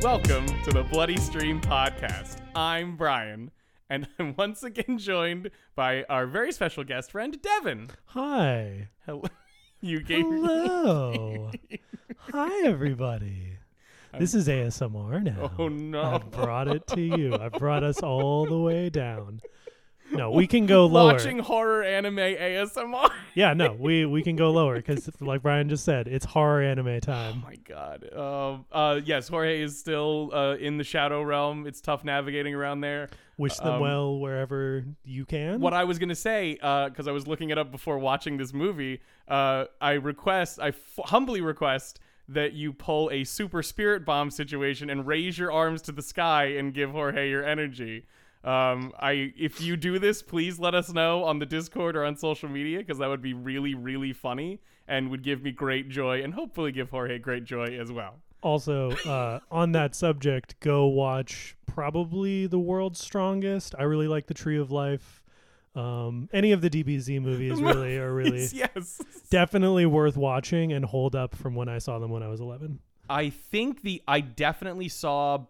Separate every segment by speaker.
Speaker 1: Welcome to the Bloody Stream Podcast. I'm Brian, and I'm once again joined by our very special guest friend, Devin.
Speaker 2: Hi.
Speaker 1: Hello. You gave
Speaker 2: Hello. Hi, everybody. This is ASMR now.
Speaker 1: Oh
Speaker 2: I
Speaker 1: no.
Speaker 2: brought it to you. I brought us all the way down. No, we can go Oh, lower.
Speaker 1: Watching horror anime ASMR.
Speaker 2: Yeah, no, we we can go lower because, like Brian just said, it's horror anime
Speaker 1: Oh
Speaker 2: time.
Speaker 1: my god. Um, uh, yes, Jorge is still uh, in the shadow realm. It's tough navigating around there.
Speaker 2: Wish them
Speaker 1: um,
Speaker 2: well wherever you can.
Speaker 1: What I was gonna say, because I was looking it up before watching this movie, uh, I request, I f- humbly request that you pull a super spirit bomb situation and raise your arms to the sky and give Jorge your energy. Um, I, if you do this, please let us know on the Discord or on social media because that would be really, really funny and would give me great joy and hopefully give Jorge great joy as well.
Speaker 2: also, uh, on that subject, go watch probably the world's strongest. I really like the Tree of Life. Um, any of the DBZ movies really are really
Speaker 1: yes.
Speaker 2: definitely worth watching and hold up from when I saw them when I was 11.
Speaker 1: I think the I definitely saw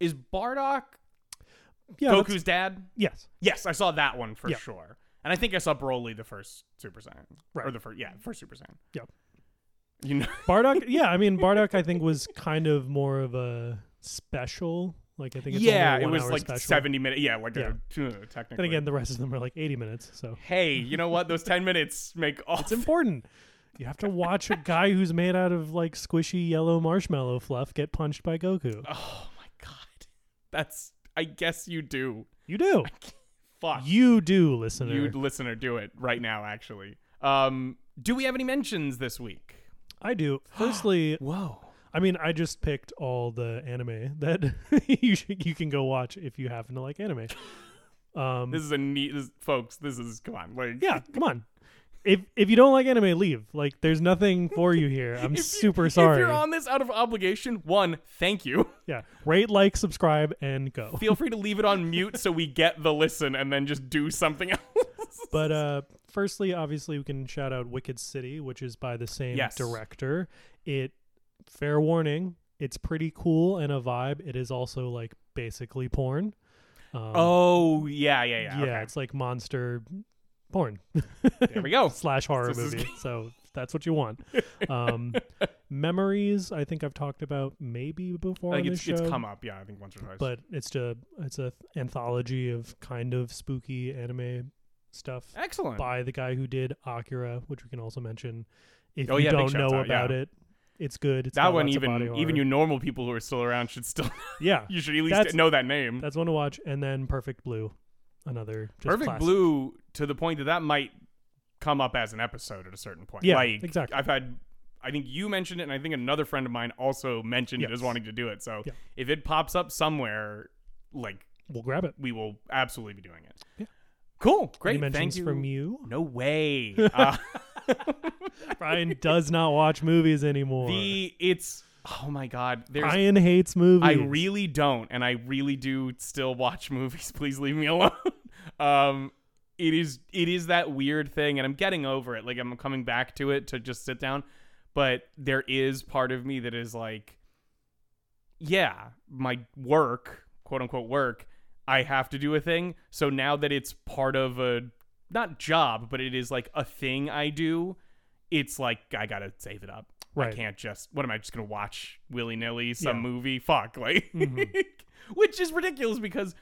Speaker 1: is Bardock
Speaker 2: Yeah. that's-
Speaker 1: Goku's dad.
Speaker 2: Yes.
Speaker 1: Yes, I saw that one for
Speaker 2: Yeah.
Speaker 1: sure. And I think I saw Broly the first Super Saiyan. Or
Speaker 2: Right.
Speaker 1: the first yeah, first Super Saiyan.
Speaker 2: Yep.
Speaker 1: You know
Speaker 2: Bardock, yeah, I mean Bardock I think was kind of more of a special, like I think it's
Speaker 1: Yeah,
Speaker 2: only a
Speaker 1: it
Speaker 2: one
Speaker 1: was
Speaker 2: hour
Speaker 1: like
Speaker 2: special.
Speaker 1: 70 minutes. Yeah, like
Speaker 2: Yeah.
Speaker 1: A, two, uh, technically.
Speaker 2: Then again, the rest of them are like 80 minutes, so
Speaker 1: hey, you know what? Those 10 minutes make all
Speaker 2: it's important. You have to watch a guy who's made out of like squishy yellow marshmallow fluff get punched by Goku.
Speaker 1: Oh my god. That's I guess you do.
Speaker 2: You do.
Speaker 1: Fuck.
Speaker 2: You do, listener.
Speaker 1: You listener do it right now actually. Um do we have any mentions this week?
Speaker 2: I do. Firstly,
Speaker 1: Whoa.
Speaker 2: I mean, I just picked all the anime that you should, you can go watch if you happen to like anime. Um,
Speaker 1: This is a neat this, folks, this is come on. Like
Speaker 2: yeah, come on. If if you don't like anime, leave. Like, there's nothing for you here. I'm
Speaker 1: if you-
Speaker 2: super sorry.
Speaker 1: If you're on this out of obligation, one, thank you.
Speaker 2: yeah, rate, like, subscribe, and go.
Speaker 1: feel free to leave it on mute so we get the listen and then just do something else.
Speaker 2: But uh, firstly, obviously, we can shout out Wicked City, which is by the same
Speaker 1: Yes.
Speaker 2: director. It fair warning, it's pretty cool and a vibe. It is also like basically porn. Um,
Speaker 1: Oh, yeah, yeah, yeah.
Speaker 2: yeah, it's like monster porn.
Speaker 1: Okay. There we go.
Speaker 2: slash horror
Speaker 1: This is-
Speaker 2: movie. so that's what you want. Um, memories, I think I've talked about maybe before
Speaker 1: I think
Speaker 2: on this
Speaker 1: it's, it's
Speaker 2: show,
Speaker 1: come up, yeah, I think once or twice.
Speaker 2: but it's a it's a anthology of kind of spooky anime stuff
Speaker 1: Excellent.
Speaker 2: by the guy who did Akira, which we can also mention. If
Speaker 1: Oh,
Speaker 2: you
Speaker 1: yeah, big
Speaker 2: don't
Speaker 1: shouts
Speaker 2: know
Speaker 1: out, yeah.
Speaker 2: about it, it's good. It's
Speaker 1: That
Speaker 2: got
Speaker 1: one,
Speaker 2: lots of body
Speaker 1: even
Speaker 2: horror.
Speaker 1: even you normal people who are still around should still,
Speaker 2: yeah,
Speaker 1: you should at least
Speaker 2: That's-
Speaker 1: know that name.
Speaker 2: that's one to watch. And then Perfect Blue, another just
Speaker 1: Perfect
Speaker 2: classic.
Speaker 1: Blue to the point that that might come up as an episode at a certain point.
Speaker 2: Yeah,
Speaker 1: like,
Speaker 2: exactly.
Speaker 1: I've had, I think you mentioned it, and I think another friend of mine also mentioned it as
Speaker 2: Yes.
Speaker 1: wanting to do it. So
Speaker 2: Yeah.
Speaker 1: if it pops up somewhere, like
Speaker 2: We'll grab it.
Speaker 1: we will absolutely be doing it.
Speaker 2: Yeah.
Speaker 1: Cool. Great.
Speaker 2: Any mentions
Speaker 1: Thank you.
Speaker 2: from you?
Speaker 1: No way. Uh,
Speaker 2: Brian does not watch movies anymore.
Speaker 1: the it's oh my god. There's
Speaker 2: Brian hates movies.
Speaker 1: I really don't, and I really do still watch movies. Please leave me alone. um, it is it is that weird thing, and I'm getting over it. Like I'm coming back to it to just sit down, but there is part of me that is like, yeah, my work, quote unquote work, I have to do a thing. So now that it's part of a not job, but it is like a thing I do. It's like I gotta save it up. I
Speaker 2: Right.
Speaker 1: can't just. What am I just gonna watch willy nilly some
Speaker 2: Yeah.
Speaker 1: movie? Fuck, like,
Speaker 2: Mhm.
Speaker 1: which is ridiculous because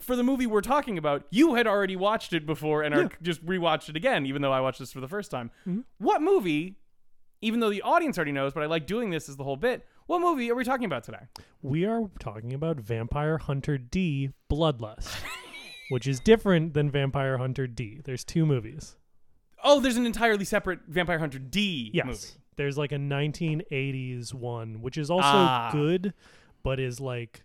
Speaker 1: for the movie we're talking about, you had already watched it before and are
Speaker 2: Yeah.
Speaker 1: just rewatched it again, even though I watched this for the first time.
Speaker 2: Mhm.
Speaker 1: What movie? Even though the audience already knows, but I like doing this is the whole bit. What movie are we talking about today?
Speaker 2: we are talking about Vampire Hunter D Bloodlust, which is different than Vampire Hunter D. There's two movies.
Speaker 1: Oh, there's an entirely separate Vampire Hunter D
Speaker 2: Yes.
Speaker 1: movie.
Speaker 2: There's like a 1980s one, which is also
Speaker 1: Ah.
Speaker 2: good, but is like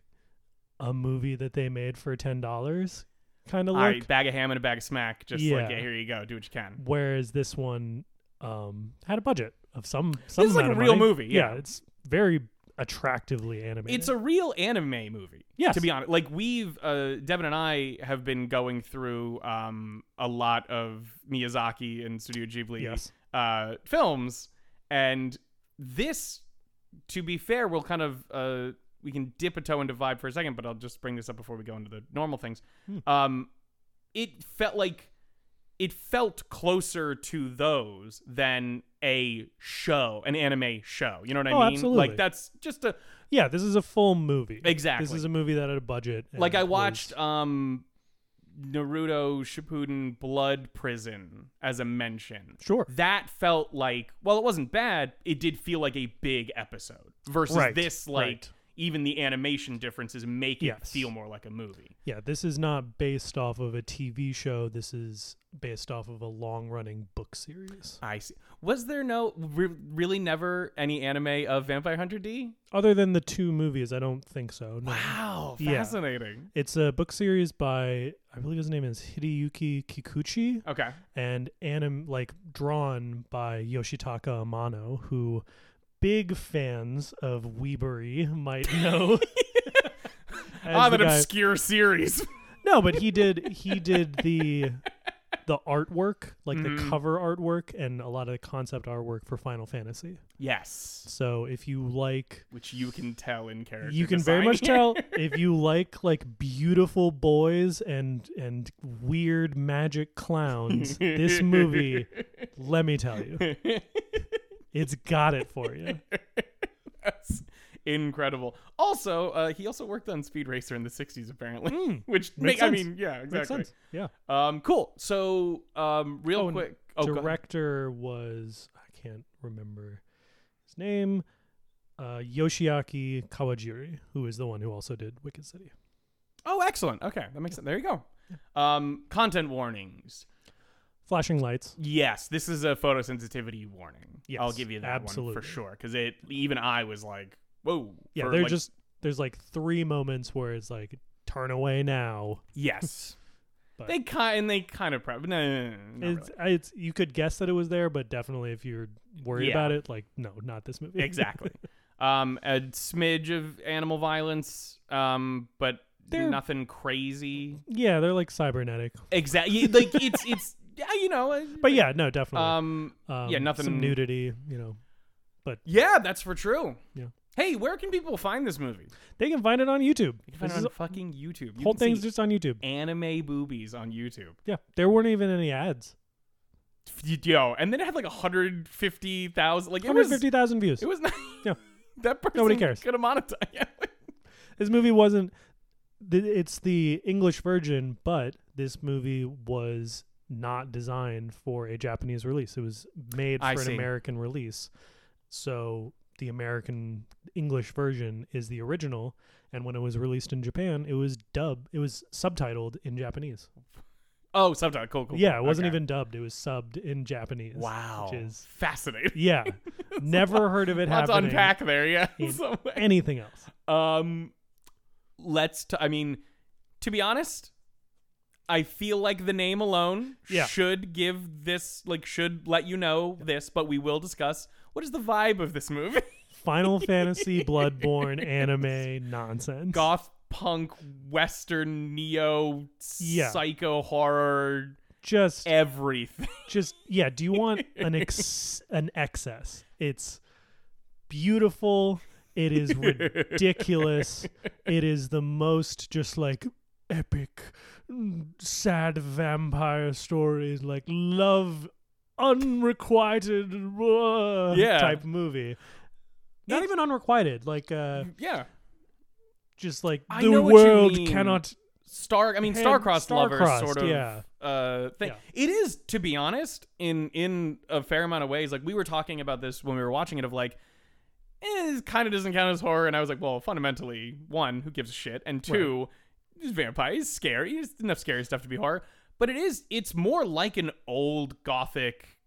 Speaker 2: a movie that they made for $10 kind of
Speaker 1: All
Speaker 2: look.
Speaker 1: right, bag of ham and a bag of smack. Just
Speaker 2: Yeah.
Speaker 1: like, yeah, here you go. Do what you can.
Speaker 2: Whereas this one um, had a budget of some, some
Speaker 1: is like
Speaker 2: amount
Speaker 1: a
Speaker 2: of
Speaker 1: real
Speaker 2: money.
Speaker 1: movie, yeah.
Speaker 2: it's very attractively animated.
Speaker 1: It's a real anime movie.
Speaker 2: Yes.
Speaker 1: To be honest, like we've uh, Devin and I have been going through um, a lot of Miyazaki and Studio Ghibli
Speaker 2: Yes.
Speaker 1: uh, films, and this, to be fair, will kind of uh, we can dip a toe into vibe for a second, but I'll just bring this up before we go into the normal things.
Speaker 2: Hmm.
Speaker 1: Um, it felt like it felt closer to those than a show, an anime show. You know what I
Speaker 2: Oh,
Speaker 1: mean?
Speaker 2: absolutely.
Speaker 1: Like that's just a
Speaker 2: Yeah, this is a full movie.
Speaker 1: exactly.
Speaker 2: This is a movie that had a budget. and
Speaker 1: like I
Speaker 2: was-
Speaker 1: watched um Naruto Shippuden Blood Prison as a mention.
Speaker 2: Sure.
Speaker 1: That felt like well, it wasn't bad. It did feel like a big episode versus
Speaker 2: Right,
Speaker 1: this like
Speaker 2: right.
Speaker 1: even the animation differences make it
Speaker 2: Yes.
Speaker 1: feel more like a movie.
Speaker 2: Yeah, this is not based off of a TV show. This is based off of a long-running book series.
Speaker 1: I see. Was there no re- really never any anime of Vampire Hunter D?
Speaker 2: Other than the two movies, I don't think so. No.
Speaker 1: Wow,
Speaker 2: Yeah.
Speaker 1: fascinating.
Speaker 2: It's a book series by I believe his name is Hideyuki Kikuchi
Speaker 1: Okay.
Speaker 2: and anim like drawn by Yoshitaka Amano, who big fans of Weebery might know. As
Speaker 1: ah,
Speaker 2: the
Speaker 1: that
Speaker 2: guy-
Speaker 1: obscure series.
Speaker 2: No, but he did he did the the artwork, like the
Speaker 1: Mm-hmm.
Speaker 2: cover artwork and a lot of the concept artwork for Final Fantasy.
Speaker 1: yes,
Speaker 2: So if you like
Speaker 1: which you can tell in character.
Speaker 2: you can very
Speaker 1: design.
Speaker 2: much tell if you like like beautiful boys and and weird magic clowns this movie let me tell you it's got it for you
Speaker 1: That's incredible. Also, uh, he also worked on Speed Racer in the '60s, apparently.
Speaker 2: Mm,
Speaker 1: Which
Speaker 2: makes
Speaker 1: make, I
Speaker 2: sense.
Speaker 1: mean, yeah, exactly.
Speaker 2: makes sense yeah
Speaker 1: Um, cool. So, um, real
Speaker 2: Oh, and
Speaker 1: quick. Oh, go-
Speaker 2: director was i can't remember his name uh, Yoshiaki Kawajiri, who is the one who also did Wicked City.
Speaker 1: oh, excellent. Okay, that makes sense. There you go. Um, content warnings.
Speaker 2: Flashing Lights.
Speaker 1: Yes, this is a photosensitivity warning.
Speaker 2: Yes,
Speaker 1: I'll give you that one for
Speaker 2: absolutely.
Speaker 1: sure. Because it, even I was like, whoa.
Speaker 2: Yeah,
Speaker 1: for,
Speaker 2: they're
Speaker 1: like-
Speaker 2: just there's like three moments where it's like turn away now.
Speaker 1: yes.
Speaker 2: But-
Speaker 1: they kind and they kind of prep. No, no, no, no, not
Speaker 2: It's, I- it's you could guess that it was there, but definitely if you're worried
Speaker 1: Yeah.
Speaker 2: about it, like no, not this movie.
Speaker 1: exactly. Um, a smidge of animal violence, um, but
Speaker 2: They're-
Speaker 1: nothing crazy.
Speaker 2: yeah, they're like cybernetic,
Speaker 1: Exactly. Like it's it's yeah, you know. uh,
Speaker 2: but yeah, no, definitely.
Speaker 1: Um, yeah, nothing
Speaker 2: Some nudity, you know.
Speaker 1: Yeah, that's for true.
Speaker 2: Yeah.
Speaker 1: Hey, where can people find this movie?
Speaker 2: They can find it on YouTube.
Speaker 1: You can find
Speaker 2: This
Speaker 1: it
Speaker 2: is,
Speaker 1: on fucking YouTube. You
Speaker 2: whole
Speaker 1: can
Speaker 2: thing's
Speaker 1: see
Speaker 2: just on YouTube.
Speaker 1: anime boobies on YouTube.
Speaker 2: Yeah, there weren't even any ads.
Speaker 1: F- Yo, and then it had like 150,000 like it was
Speaker 2: 150,000 views.
Speaker 1: it was not
Speaker 2: Yeah.
Speaker 1: That person
Speaker 2: Nobody cares.
Speaker 1: Could have monetized. Yeah, like-
Speaker 2: this movie wasn't. th- It's the English version, but this movie was not designed for a Japanese release. It was made for
Speaker 1: I
Speaker 2: an
Speaker 1: see.
Speaker 2: American release. So the American English version is the original, and when it was released in Japan, it was dub. It was subtitled in Japanese.
Speaker 1: Oh, subtitle. Cool, cool.
Speaker 2: yeah,
Speaker 1: cool.
Speaker 2: it wasn't
Speaker 1: Okay.
Speaker 2: even dubbed. It was subbed in Japanese.
Speaker 1: Wow.
Speaker 2: Which is
Speaker 1: fascinating.
Speaker 2: yeah, never heard of it
Speaker 1: Lots to
Speaker 2: happening.
Speaker 1: unpack there, yeah.
Speaker 2: in
Speaker 1: Some way.
Speaker 2: anything else?
Speaker 1: Um, let's. T- I mean, to be honest, I feel like the name alone
Speaker 2: Yeah.
Speaker 1: should give this, like, should let you know this, but we will discuss what is the vibe of this movie.
Speaker 2: Final Fantasy, Bloodborne, anime nonsense.
Speaker 1: Goth punk, western, neo,
Speaker 2: Yeah.
Speaker 1: psycho horror,
Speaker 2: just
Speaker 1: everything.
Speaker 2: just yeah do you want an ex an excess it's beautiful it is ridiculous it is the most just like epic mm, sad vampire stories like love unrequited uh,
Speaker 1: Yeah.
Speaker 2: type movie not
Speaker 1: It's-
Speaker 2: even unrequited like uh
Speaker 1: yeah.
Speaker 2: just like
Speaker 1: I
Speaker 2: the
Speaker 1: know what you
Speaker 2: world
Speaker 1: mean.
Speaker 2: cannot
Speaker 1: Star, I mean,
Speaker 2: Head-
Speaker 1: star-crossed, lovers,
Speaker 2: star-crossed,
Speaker 1: sort of
Speaker 2: yeah.
Speaker 1: uh, thing.
Speaker 2: Yeah.
Speaker 1: It is, to be honest, in in a fair amount of ways. Like we were talking about this when we were watching it, of like, eh, it kind of doesn't count as horror. And I was like, well, fundamentally, one, who gives a shit, and two, these vampires it's scary. It's enough scary stuff to be horror, but it is. It's more like an old gothic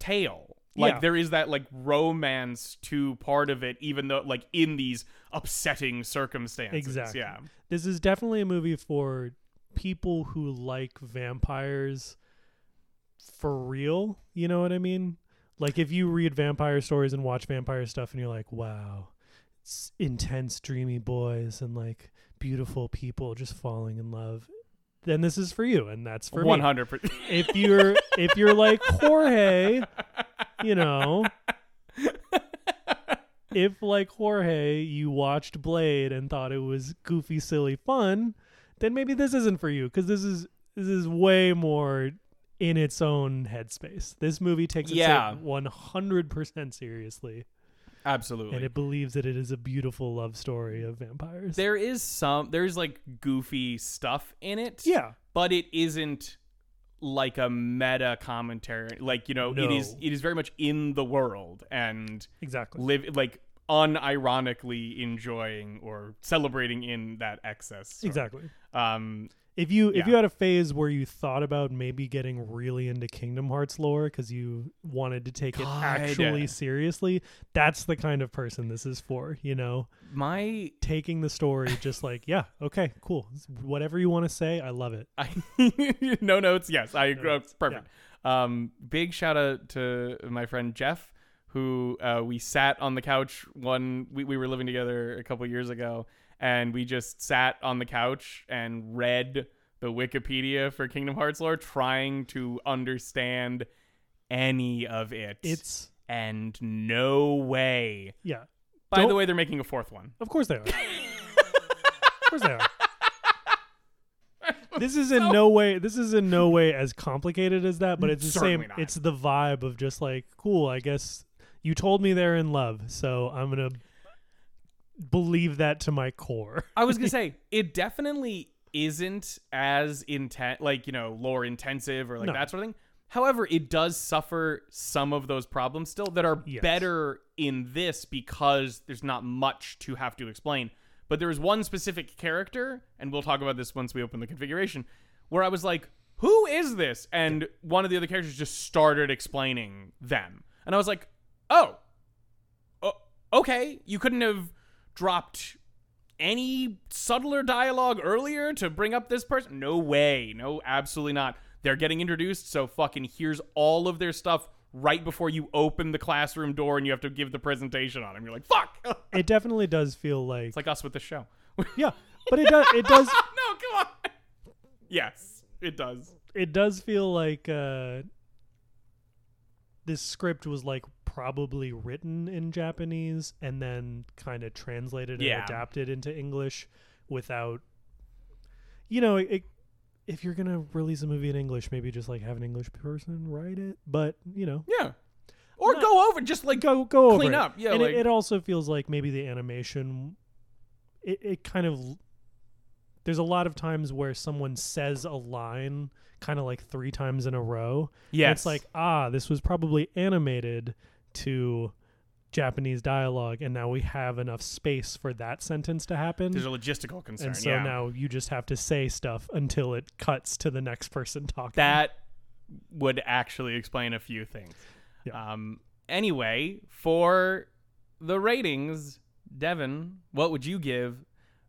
Speaker 1: tale. Like
Speaker 2: Yeah.
Speaker 1: there is that like romance to part of it, even though like in these upsetting circumstances.
Speaker 2: Exactly.
Speaker 1: Yeah.
Speaker 2: This is definitely a movie for people who like vampires for real. You know what I mean? Like if you read vampire stories and watch vampire stuff and you're like, wow, it's intense, dreamy boys and like beautiful people just falling in love. Then this is for you, and that's for
Speaker 1: One
Speaker 2: me.
Speaker 1: hundred percent.
Speaker 2: If you're if you're like Jorge, you know, if like Jorge, you watched Blade and thought it was goofy, silly fun, then maybe this isn't for you because this is this is way more in its own headspace. This movie takes
Speaker 1: Yeah.
Speaker 2: itself one hundred percent seriously,
Speaker 1: Absolutely.
Speaker 2: and it believes that it is a beautiful love story of vampires.
Speaker 1: there is some there's like goofy stuff in it.
Speaker 2: yeah,
Speaker 1: But it isn't like a meta commentary. Like, you know, it is
Speaker 2: No.
Speaker 1: it is very much in the world and
Speaker 2: exactly.
Speaker 1: live like unironically enjoying or celebrating in that excess. sort of.
Speaker 2: Exactly.
Speaker 1: Um
Speaker 2: If you if
Speaker 1: Yeah.
Speaker 2: you had a phase where you thought about maybe getting really into Kingdom Hearts lore because you wanted to take
Speaker 1: God.
Speaker 2: it actually seriously, that's the kind of person this is for. You know,
Speaker 1: my
Speaker 2: taking the story just like yeah, okay, cool, whatever you want to say, I love it.
Speaker 1: I, no notes. Yes, I agree.
Speaker 2: notes,
Speaker 1: Perfect. Um, big shout out to my friend Jeff, who uh, we sat on the couch one. We, we were living together a couple years ago, and we just sat on the couch and read the Wikipedia for Kingdom Hearts lore, trying to understand any of it.
Speaker 2: It's
Speaker 1: and no way.
Speaker 2: yeah,
Speaker 1: By the
Speaker 2: Don't-
Speaker 1: way, they're making a fourth one.
Speaker 2: of course they are. of course they are. This is in no way. This is in no way as complicated as that, but it's the same.
Speaker 1: Certainly not.
Speaker 2: It's the vibe of just like, cool. I guess you told me they're in love, so I'm gonna believe that to my core.
Speaker 1: I was gonna say it definitely isn't as intent, like you know, lore intensive or like
Speaker 2: No.
Speaker 1: that sort of thing. However, it does suffer some of those problems still that are
Speaker 2: Yes.
Speaker 1: better in this because there's not much to have to explain. But there is one specific character, and we'll talk about this once we open the configuration, where I was like, "Who is this?" And one of the other characters just started explaining them, and I was like, "Oh, o- okay, you couldn't have dropped any subtler dialogue earlier to bring up this person? No way. No, absolutely not. They're getting introduced, so fucking here's all of their stuff right before you open the classroom door and you have to give the presentation on them. You're like, fuck! It's
Speaker 2: It definitely does feel like,
Speaker 1: like us with the show.
Speaker 2: yeah, but it does. It does.
Speaker 1: no, come on. Yes, it does.
Speaker 2: It does feel like uh, this script was like probably written in Japanese and then kind of translated
Speaker 1: Yeah.
Speaker 2: and adapted into English without, you know, it, if you're gonna release a movie in English, maybe just like have an English person write it. But you know,
Speaker 1: Yeah. Or
Speaker 2: No.
Speaker 1: go over, just like,
Speaker 2: go go over
Speaker 1: Clean
Speaker 2: it.
Speaker 1: up, yeah,
Speaker 2: and
Speaker 1: like-
Speaker 2: it, it also feels like maybe the animation, it it kind of there's a lot of times where someone says a line kind of like three times in a row. And
Speaker 1: yes.
Speaker 2: It's like, ah, this was probably animated to Japanese dialogue, and now we have enough space for that sentence to happen.
Speaker 1: there's a logistical concern.
Speaker 2: and so
Speaker 1: yeah.
Speaker 2: now you just have to say stuff until it cuts to the next person talking.
Speaker 1: that would actually explain a few things.
Speaker 2: Yeah.
Speaker 1: Um, anyway, for the ratings, Devin, what would you give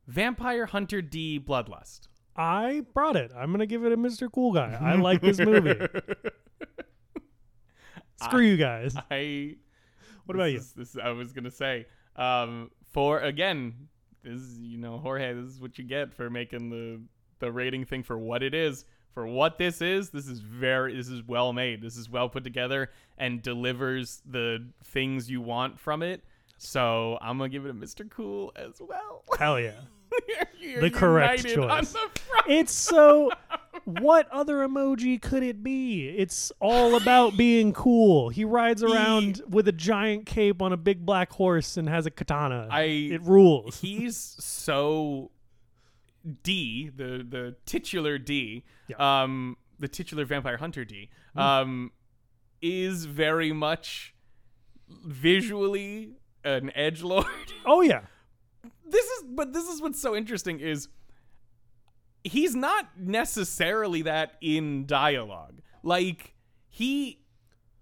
Speaker 1: Vampire Hunter D Bloodlust?
Speaker 2: I brought it. I'm gonna give it a Mr. Cool Guy. I like this movie. Screw you guys.
Speaker 1: I.
Speaker 2: What about
Speaker 1: this
Speaker 2: you?
Speaker 1: is- this I was gonna say. Um, for again, this is you know Jorge. This is what you get for making the the rating thing for what it is. For what this is, this is very this is well made. This is well put together and delivers the things you want from it. So I'm gonna give it a Mr. Cool as well.
Speaker 2: Hell yeah.
Speaker 1: You're
Speaker 2: The correct
Speaker 1: united on
Speaker 2: choice.
Speaker 1: the front.
Speaker 2: It's so. What other emoji could it be? It's all about being cool. He rides around with a giant cape on a big black horse and has a katana.
Speaker 1: I
Speaker 2: it rules.
Speaker 1: he's so D, the the titular D, um, the titular vampire hunter D, um, is very much visually an edge lord.
Speaker 2: Oh yeah,
Speaker 1: this is, but this is what's so interesting is he's not necessarily that in dialogue. Like he.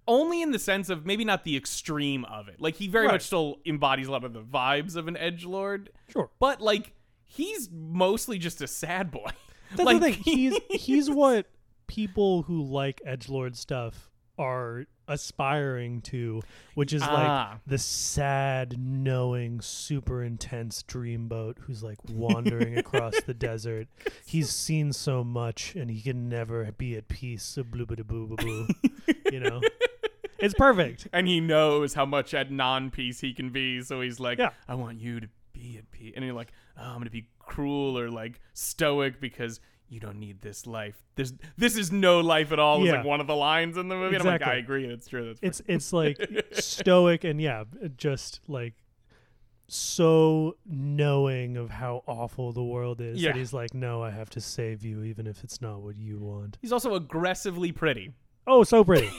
Speaker 1: Only in the sense of maybe not the extreme of it. Like he very
Speaker 2: Right.
Speaker 1: much still embodies a lot of the vibes of an edge lord,
Speaker 2: sure.
Speaker 1: but like he's mostly just a sad boy.
Speaker 2: That's
Speaker 1: like
Speaker 2: the thing. He's he's what people who like edge lord stuff are aspiring to, which is
Speaker 1: Ah.
Speaker 2: like the sad, knowing, super intense dreamboat who's like wandering across the desert. He's seen so much and he can never be at peace. So blue boo boo boo boo. You know? It's perfect.
Speaker 1: and he knows how much at non peace he can be. So he's like,
Speaker 2: Yeah.
Speaker 1: I want you to be at peace. And you're like, oh, I'm gonna be cruel or like stoic because you don't need this life. This this is no life at all. Is
Speaker 2: Yeah.
Speaker 1: like one of the lines in the movie. And I'm like,
Speaker 2: Exactly.
Speaker 1: I agree. That's true. That's
Speaker 2: It's it's like stoic and yeah, just like so knowing of how awful the world is
Speaker 1: Yeah.
Speaker 2: that he's like, no, I have to save you, even if it's not what you want.
Speaker 1: He's also aggressively pretty.
Speaker 2: Oh, so pretty,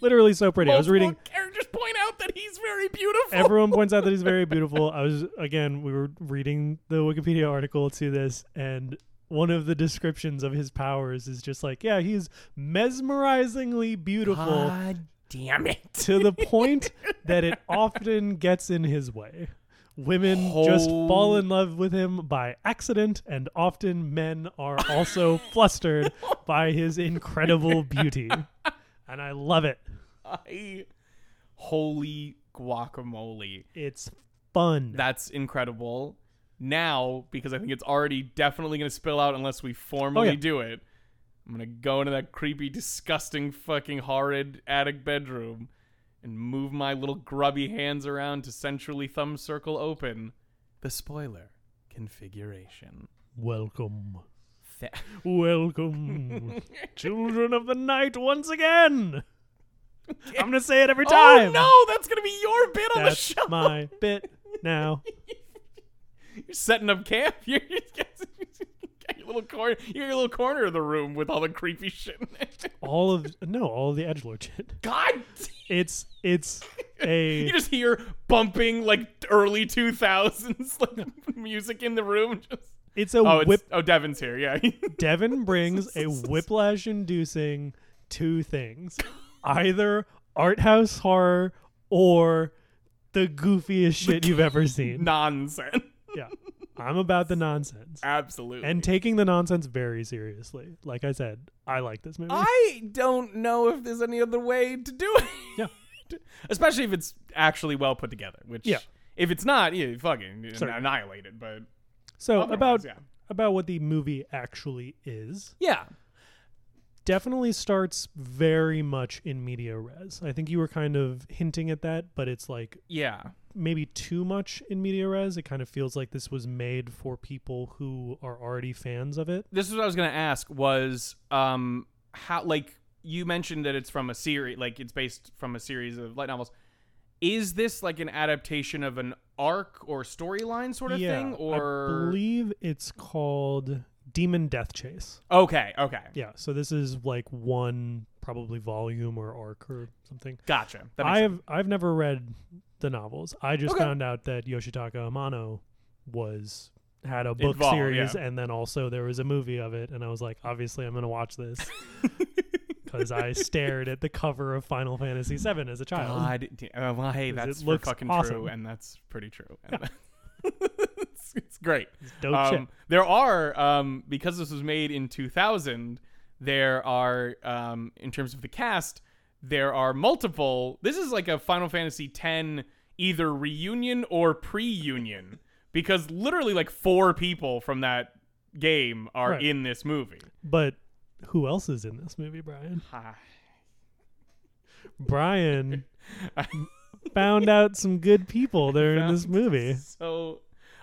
Speaker 2: literally so pretty. I was
Speaker 1: Multiple
Speaker 2: reading
Speaker 1: characters point out that he's very beautiful.
Speaker 2: Everyone points out that he's very beautiful. I was again, we were reading the Wikipedia article to this, and one of the descriptions of his powers is just like, yeah, he's mesmerizingly beautiful
Speaker 1: God damn it.
Speaker 2: to the point that it often gets in his way. Women just fall
Speaker 1: Hol-
Speaker 2: in love with him by accident, and often men are also flustered by his incredible beauty. And I love it.
Speaker 1: I, holy guacamole.
Speaker 2: It's fun.
Speaker 1: That's incredible. Now, because I think it's already definitely going to spill out unless we formally
Speaker 2: Oh, yeah.
Speaker 1: do it, I'm going to go into that creepy, disgusting, fucking horrid attic bedroom and move my little grubby hands around to centrally thumb circle open the spoiler configuration.
Speaker 2: Welcome.
Speaker 1: Th-
Speaker 2: Welcome, children of the night, once again. I'm gonna say it every
Speaker 1: oh
Speaker 2: time.
Speaker 1: no, that's going to be your bit on
Speaker 2: That's
Speaker 1: the show.
Speaker 2: my bit now.
Speaker 1: You're setting up camp. You're got your little corner. Your little corner of the room with all the creepy shit. In it.
Speaker 2: All of no, all of the edge lord shit.
Speaker 1: God.
Speaker 2: It's it's
Speaker 1: You
Speaker 2: a
Speaker 1: just hear bumping like early two thousands like music in the room. Just
Speaker 2: it's a
Speaker 1: oh, it's,
Speaker 2: whip.
Speaker 1: oh, Devin's here. Yeah,
Speaker 2: Devin brings a whiplash-inducing two things: either art house horror or the goofiest shit you've ever seen.
Speaker 1: nonsense.
Speaker 2: Yeah, I'm about the nonsense.
Speaker 1: Absolutely.
Speaker 2: and taking the nonsense very seriously. Like I said, I like this movie.
Speaker 1: I don't know if there's any other way to do it.
Speaker 2: Yeah.
Speaker 1: Especially if it's actually well put together. Which
Speaker 2: Yeah.
Speaker 1: if it's not, yeah, fucking
Speaker 2: Sorry.
Speaker 1: annihilate it. But
Speaker 2: so
Speaker 1: otherwise,
Speaker 2: about
Speaker 1: yeah.
Speaker 2: about what the movie actually is.
Speaker 1: yeah.
Speaker 2: Definitely starts very much in media res. I think you were kind of hinting at that, but it's like
Speaker 1: Yeah.
Speaker 2: maybe too much in media res. It kind of feels like this was made for people who are already fans of it.
Speaker 1: this is what I was gonna ask was um how like you mentioned that it's from a series like it's based from a series of light novels. Is this like an adaptation of an arc or storyline sort of
Speaker 2: yeah,
Speaker 1: thing? Or
Speaker 2: I believe it's called Demon Death Chase.
Speaker 1: okay, okay,
Speaker 2: Yeah, so this is like one probably volume or arc or something.
Speaker 1: gotcha. That makes
Speaker 2: I
Speaker 1: sense.
Speaker 2: have I've never read the novels. I just
Speaker 1: Okay.
Speaker 2: found out that Yoshitaka Amano was had a book
Speaker 1: Involved,
Speaker 2: series
Speaker 1: yeah.
Speaker 2: and then also there was a movie of it and I was like obviously I'm going to watch this cuz I stared at the cover of Final Fantasy 7 as a child.
Speaker 1: God, da- oh, well, hey,
Speaker 2: 'Cause it
Speaker 1: that's for
Speaker 2: looks
Speaker 1: fucking
Speaker 2: awesome.
Speaker 1: true, and that's pretty true. And it's, it's great.
Speaker 2: It's dope shit.
Speaker 1: Um, there are um, because this was made in 2000. There are um, in terms of the cast, there are multiple. This is like a Final Fantasy X either reunion or pre-union because literally like four people from that game are
Speaker 2: Right.
Speaker 1: in this movie.
Speaker 2: But who else is in this movie, Brian? Brian found out some good people that are in this movie.
Speaker 1: So,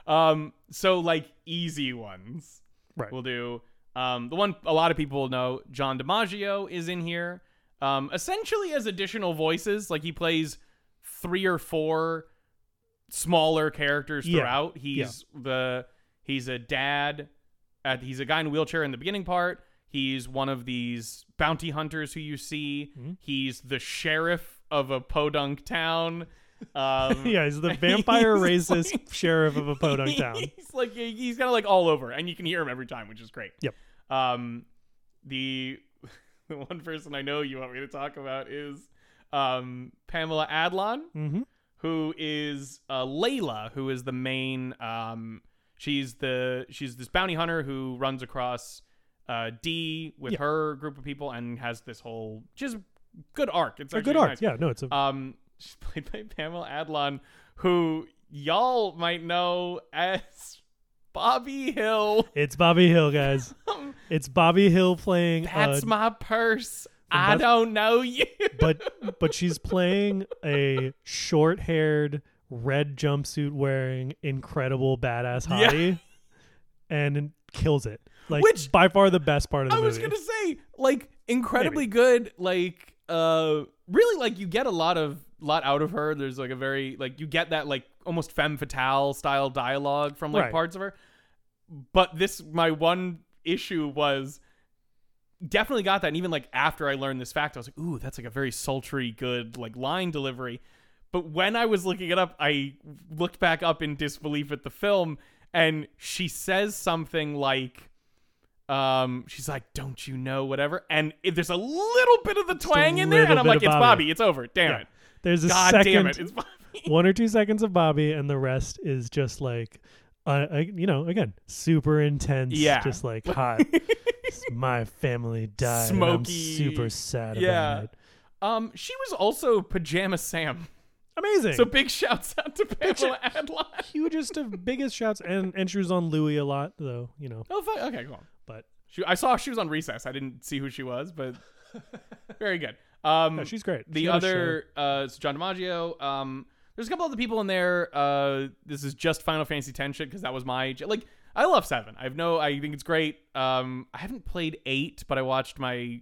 Speaker 1: um, so like easy ones.
Speaker 2: Right.
Speaker 1: We'll do um the one a lot of people know. John DiMaggio is in here, um, essentially as additional voices. Like he plays three or four smaller characters
Speaker 2: Yeah.
Speaker 1: throughout. He's the he's a dad. At, he's a guy in a wheelchair in the beginning part. He's one of these bounty hunters who you see.
Speaker 2: Mm-hmm.
Speaker 1: He's the sheriff of a podunk town. Um,
Speaker 2: Yeah, he's the vampire
Speaker 1: He's
Speaker 2: racist sheriff of a podunk town.
Speaker 1: He's like he's kind of like all over, and you can hear him every time, which is great.
Speaker 2: Yep.
Speaker 1: Um, the the one person I know you want me to talk about is um Pamela Adlon,
Speaker 2: Mhm.
Speaker 1: who is uh, Layla, who is the main. Um, she's the she's this bounty hunter who runs across uh D with
Speaker 2: Yeah.
Speaker 1: her group of people and has this whole just good arc. It's
Speaker 2: a good
Speaker 1: actually
Speaker 2: arc.
Speaker 1: nice.
Speaker 2: Yeah, no, it's a
Speaker 1: Um, she's played by Pamela Adlon, who y'all might know as Bobby Hill.
Speaker 2: It's Bobby Hill, guys.
Speaker 1: Um,
Speaker 2: It's Bobby Hill playing.
Speaker 1: That's
Speaker 2: uh,
Speaker 1: my purse. I
Speaker 2: that's-
Speaker 1: don't know you.
Speaker 2: but but she's playing a short-haired, red jumpsuit wearing, incredible badass
Speaker 1: Yeah.
Speaker 2: hottie, and kills it. Like
Speaker 1: Which-
Speaker 2: by far the best part of the
Speaker 1: I
Speaker 2: movie.
Speaker 1: was gonna say, like, incredibly good. Like, uh, really, like, you get a lot of lot out of her. There's like a very like you get that like almost femme fatale style dialogue from like
Speaker 2: Right.
Speaker 1: parts of her. But this, my one issue was definitely got that. And even like after I learned this fact, I was like, ooh, that's like a very sultry, good like line delivery. But when I was looking it up, I looked back up in disbelief at the film, and she says something like, um, she's like, "Don't you know?" Whatever, and it, there's a little bit of the
Speaker 2: a
Speaker 1: twang in there,
Speaker 2: little
Speaker 1: and I'm
Speaker 2: bit
Speaker 1: like,
Speaker 2: of
Speaker 1: "It's
Speaker 2: Bobby."
Speaker 1: Bobby. It's over. Damn
Speaker 2: Yeah.
Speaker 1: it.
Speaker 2: There's a
Speaker 1: God
Speaker 2: second
Speaker 1: damn it. It's Bobby."
Speaker 2: one or two seconds of Bobby, and the rest is just like, uh, uh, you know, again, super intense.
Speaker 1: Yeah.
Speaker 2: just like hot. S- My family died. and I'm
Speaker 1: Smoky.
Speaker 2: super sad
Speaker 1: Yeah.
Speaker 2: about it.
Speaker 1: Um, she was also Pajama Sam.
Speaker 2: Amazing.
Speaker 1: So big shouts out to Pamela Adlon.
Speaker 2: hugest of biggest shouts, and and she was on Louis a lot though. You know,
Speaker 1: Oh fuck. Okay, go on.
Speaker 2: but
Speaker 1: She, I saw she was on Recess. I didn't see who she was, but very good. Um,
Speaker 2: no, she's great. She
Speaker 1: the
Speaker 2: had a show.
Speaker 1: other uh so John DiMaggio. Um, there's a couple other people in there. Uh, this is just Final Fantasy X shit because that was my j- like. I love seven. I've no. I think it's great. Um, I haven't played eight, but I watched my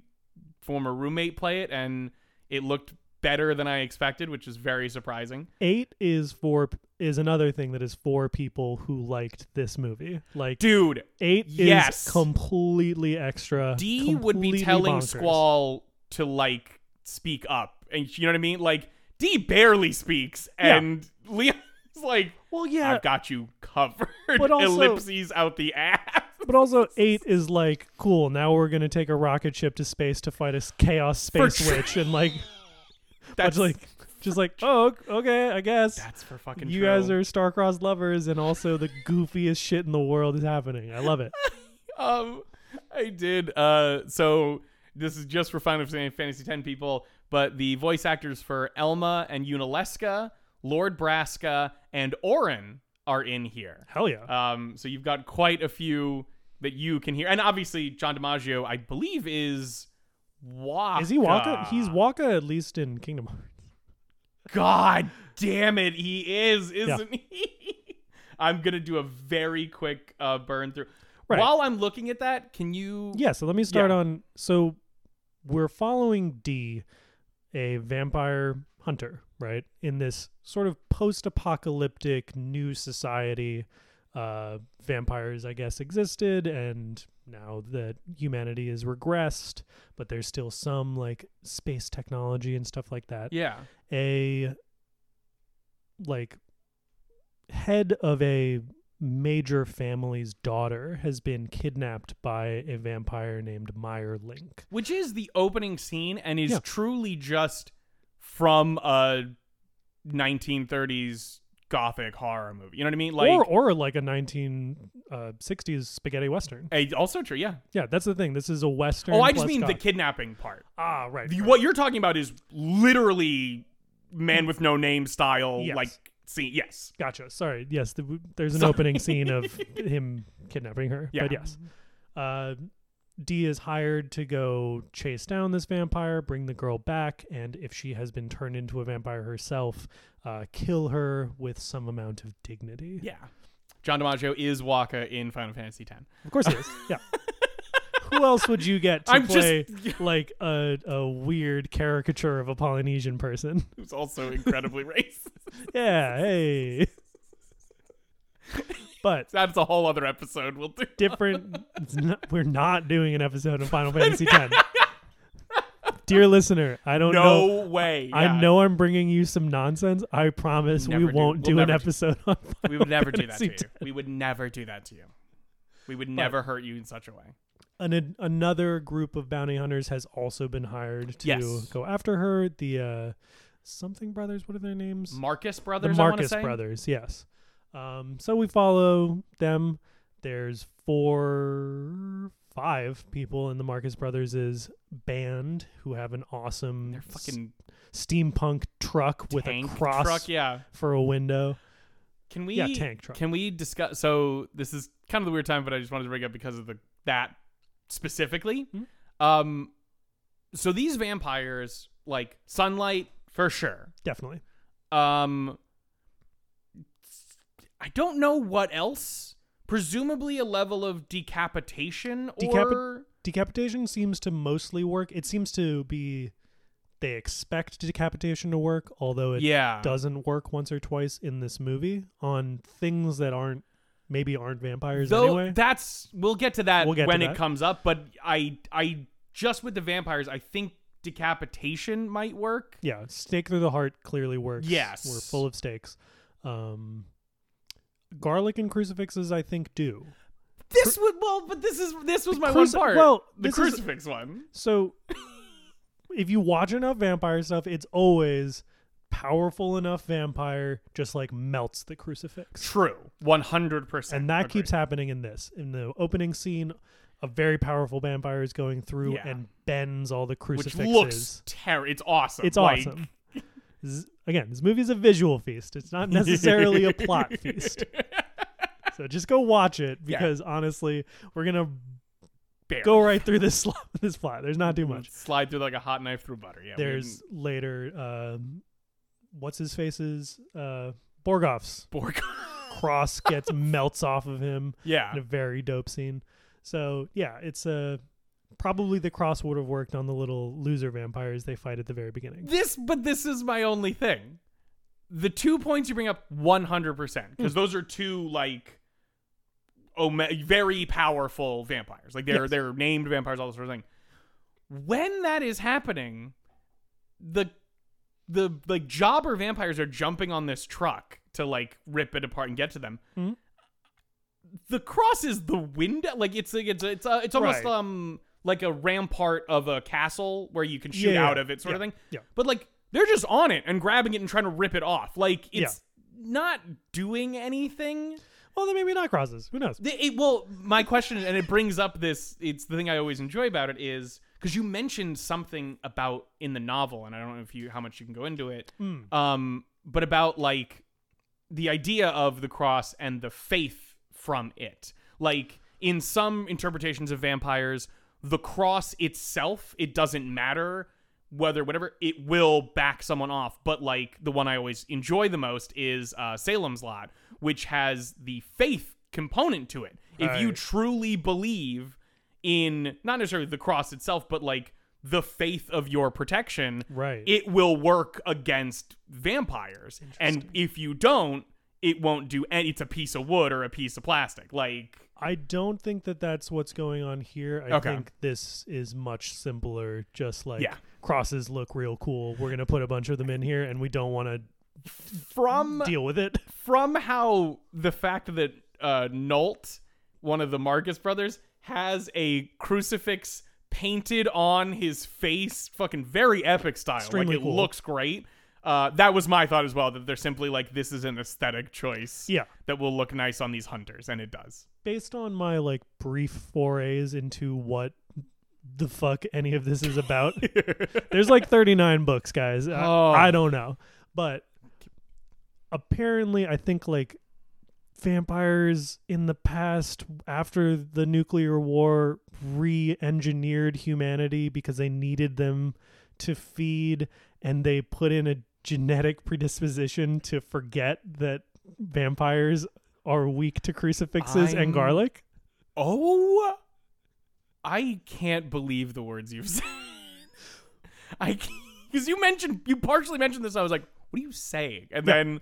Speaker 1: former roommate play it, and it looked better than I expected, which is very surprising.
Speaker 2: eight is for is another thing that is for people who liked this movie. Like
Speaker 1: Dude,
Speaker 2: eight
Speaker 1: yes.
Speaker 2: is completely extra.
Speaker 1: D would be
Speaker 2: completely
Speaker 1: telling
Speaker 2: bonkers.
Speaker 1: Squall to like speak up, and you know what I mean. Like D barely speaks,
Speaker 2: Yeah.
Speaker 1: and Leon's like,
Speaker 2: Well, yeah,
Speaker 1: I've got you covered.
Speaker 2: But also-
Speaker 1: Ellipses out the ass.
Speaker 2: But also, eight is like cool. Now we're gonna take a rocket ship to space to fight a s- chaos
Speaker 1: For
Speaker 2: space
Speaker 1: tr-
Speaker 2: witch, and like,
Speaker 1: That's
Speaker 2: that's like, just like, oh, okay, I guess
Speaker 1: that's for fucking.
Speaker 2: you
Speaker 1: true.
Speaker 2: guys are star-crossed lovers, and also the goofiest shit in the world is happening. I love it.
Speaker 1: Um, I did. Uh, so this is just for Final Fantasy X people, but the voice actors for Elma and Unalesca, Lord Braska, and Orin are in here.
Speaker 2: Hell yeah.
Speaker 1: Um, so you've got quite a few that you can hear, and obviously John DiMaggio, I believe, is Waka.
Speaker 2: is he Waka? He's Waka at least in Kingdom Hearts.
Speaker 1: God damn it, he is, isn't he? I'm gonna do a very quick uh, burn through.
Speaker 2: Right.
Speaker 1: While I'm looking at that, can you?
Speaker 2: Yeah. So let me start
Speaker 1: Yeah.
Speaker 2: on. So we're following D, a vampire hunter, right, in this sort of post-apocalyptic new society. Uh, vampires, I guess, existed, and now that humanity has regressed, but there's still some like space technology and stuff like that
Speaker 1: Yeah.
Speaker 2: a like head of a major family's daughter has been kidnapped by a vampire named Meyer Link.
Speaker 1: Which is the opening scene and is
Speaker 2: Yeah.
Speaker 1: truly just from a 1930s gothic horror movie. You know what I mean? Like,
Speaker 2: or or like a 1960s spaghetti western.
Speaker 1: eh, also true. Yeah.
Speaker 2: Yeah, that's the thing. This is a western.
Speaker 1: Oh, I just
Speaker 2: plus
Speaker 1: mean the
Speaker 2: Gothic.
Speaker 1: kidnapping part.
Speaker 2: ah right.
Speaker 1: The-
Speaker 2: right.
Speaker 1: what you're talking about is literally man with no name style,
Speaker 2: Yes.
Speaker 1: like scene. Yes.
Speaker 2: Gotcha. Sorry. Yes, the, there's an
Speaker 1: Sorry.
Speaker 2: opening scene of him kidnapping her.
Speaker 1: Yeah.
Speaker 2: But yes, uh, D is hired to go chase down this vampire, bring the girl back, and if she has been turned into a vampire herself, uh, kill her with some amount of dignity.
Speaker 1: Yeah. John DiMaggio is Waka in Final Fantasy X.
Speaker 2: Of course, it is. Yeah. Who else would you get to
Speaker 1: I'm just-
Speaker 2: play like a, a weird caricature of a Polynesian person?
Speaker 1: Who's also incredibly racist.
Speaker 2: yeah. Hey. But
Speaker 1: That's a whole other episode we'll do.
Speaker 2: different. It's not, we're not doing an episode of Final Fantasy X. Dear listener, I don't
Speaker 1: No
Speaker 2: know.
Speaker 1: way.
Speaker 2: Oh, I
Speaker 1: Yeah.
Speaker 2: know I'm bringing you some nonsense. I promise
Speaker 1: Never
Speaker 2: we
Speaker 1: do-
Speaker 2: won't
Speaker 1: we'll
Speaker 2: do an
Speaker 1: never do-
Speaker 2: episode on. Final
Speaker 1: We would never do that to you.
Speaker 2: Fantasy
Speaker 1: We would never do that to you. We would never hurt you in such a way.
Speaker 2: An, another group of bounty hunters has also been hired to
Speaker 1: Yes.
Speaker 2: go after her. The uh, something brothers. What are their names?
Speaker 1: Marcus brothers.
Speaker 2: the
Speaker 1: I wanna
Speaker 2: Marcus
Speaker 1: say?
Speaker 2: brothers. Yes. Um, so we follow them. There's four, five people in the Marcus Brothers' band who have an awesome
Speaker 1: They're fucking
Speaker 2: s- steampunk truck with a
Speaker 1: tank
Speaker 2: cross
Speaker 1: truck. Yeah.
Speaker 2: for a window.
Speaker 1: Can we?
Speaker 2: yeah, tank truck.
Speaker 1: Can we discuss? So this is kind of
Speaker 2: Hmm?
Speaker 1: the weird time, but I just wanted to bring it up because of the that specifically.
Speaker 2: Mhm.
Speaker 1: Um, so these vampires like sunlight for sure.
Speaker 2: Definitely.
Speaker 1: Um I don't know what else. Presumably a level of decapitation
Speaker 2: Decapi-
Speaker 1: or
Speaker 2: Decapitation seems to mostly work. It seems to be they expect decapitation to work, although it
Speaker 1: yeah.
Speaker 2: doesn't work once or twice in this movie on things that aren't maybe aren't vampires
Speaker 1: Though
Speaker 2: anyway.
Speaker 1: that's we'll get to that
Speaker 2: We'll get to
Speaker 1: when it
Speaker 2: that.
Speaker 1: comes up, but I I just with the vampires, I think decapitation might work.
Speaker 2: yeah, stake through the heart clearly works.
Speaker 1: Yes.
Speaker 2: we're full of stakes. Um, garlic and crucifixes, I think, do.
Speaker 1: This was well, but this is this was
Speaker 2: The
Speaker 1: my
Speaker 2: cruci-
Speaker 1: one part.
Speaker 2: well,
Speaker 1: the
Speaker 2: this is-
Speaker 1: crucifix one.
Speaker 2: So, if you watch enough vampire stuff, it's always powerful enough vampire just like melts the crucifix.
Speaker 1: True, one hundred percent,
Speaker 2: and that keeps happening in this in the opening scene a very powerful vampire is going through
Speaker 1: Yeah.
Speaker 2: and bends all the
Speaker 1: which
Speaker 2: crucifixes
Speaker 1: looks terror. It's awesome.
Speaker 2: it's
Speaker 1: Like,
Speaker 2: awesome Z- again this movie is a visual feast it's not necessarily a plot feast so just go watch it
Speaker 1: Yeah.
Speaker 2: because honestly we're gonna
Speaker 1: barely.
Speaker 2: go right through this sl- this plot there's not too much
Speaker 1: Slide through like a hot knife through butter. Yeah, we
Speaker 2: there's later um what's his face's uh borgoff's
Speaker 1: didn't- Borg.
Speaker 2: cross gets melts off of him in
Speaker 1: yeah,
Speaker 2: a very dope scene. So yeah, it's a probably the cross would have worked on the little loser vampires they fight at the very beginning.
Speaker 1: this but this is my only thing the two points you bring up 100%
Speaker 2: Hmm.
Speaker 1: because those are two like ome- very powerful vampires like they're
Speaker 2: Yes.
Speaker 1: they're named vampires all this sort of thing when that is happening the the like jobber vampires are jumping on this truck to like rip it apart and get to them
Speaker 2: Mhm.
Speaker 1: the cross is the window like it's like it's it's, uh, it's almost
Speaker 2: Right.
Speaker 1: um like a rampart of a castle where you can shoot
Speaker 2: Yeah, yeah,
Speaker 1: out of it sort of
Speaker 2: yeah,
Speaker 1: thing
Speaker 2: yeah.
Speaker 1: but like they're just on it and grabbing it and trying to rip it off. Like
Speaker 2: Yeah.
Speaker 1: it's not doing anything.
Speaker 2: Well, they maybe not crosses. Who knows?
Speaker 1: They- it- well, my question and it brings up this. It's the thing I always enjoy about it is because you mentioned something about in the novel, and I don't know if you how much you can go into it.
Speaker 2: Hmm.
Speaker 1: Um, but about like the idea of the cross and the faith from it. Like in some interpretations of vampires, the cross itself, it doesn't matter whether whatever it will back someone off. But like the one I always enjoy the most is uh, Salem's Lot, which has the faith component to it. If you
Speaker 2: Right.
Speaker 1: truly believe in not necessarily the cross itself, but like the faith of your protection,
Speaker 2: Right.
Speaker 1: it will work against vampires. And if you don't, it won't do any. It's a piece of wood or a piece of plastic. Like,
Speaker 2: I don't think that that's what's going on here. I
Speaker 1: Okay.
Speaker 2: think this is much simpler. Just like
Speaker 1: Yeah.
Speaker 2: crosses look real cool. We're gonna put a bunch of them in here, and we don't want to
Speaker 1: from
Speaker 2: deal with it.
Speaker 1: from how the fact that uh, Nolt, one of the Marcus brothers, has a crucifix painted on his face, fucking very epic style.
Speaker 2: Extremely
Speaker 1: like it
Speaker 2: cool.
Speaker 1: looks great. Uh, that was my thought as well. That they're simply like this is an aesthetic choice
Speaker 2: Yeah.
Speaker 1: that will look nice on these hunters, and it does.
Speaker 2: Based on my like brief forays into what the fuck any of this is about, There's like 39 books, guys. I,
Speaker 1: Oh.
Speaker 2: I don't know. But apparently, I think like vampires in the past, after the nuclear war, re engineered humanity because they needed them to feed and they put in a genetic predisposition to forget that vampires are weak to crucifixes
Speaker 1: I'm-
Speaker 2: and garlic.
Speaker 1: Oh, I can't believe the words you've said. I because you mentioned you partially mentioned this. I was like, "What are you saying?" And
Speaker 2: Yeah.
Speaker 1: then,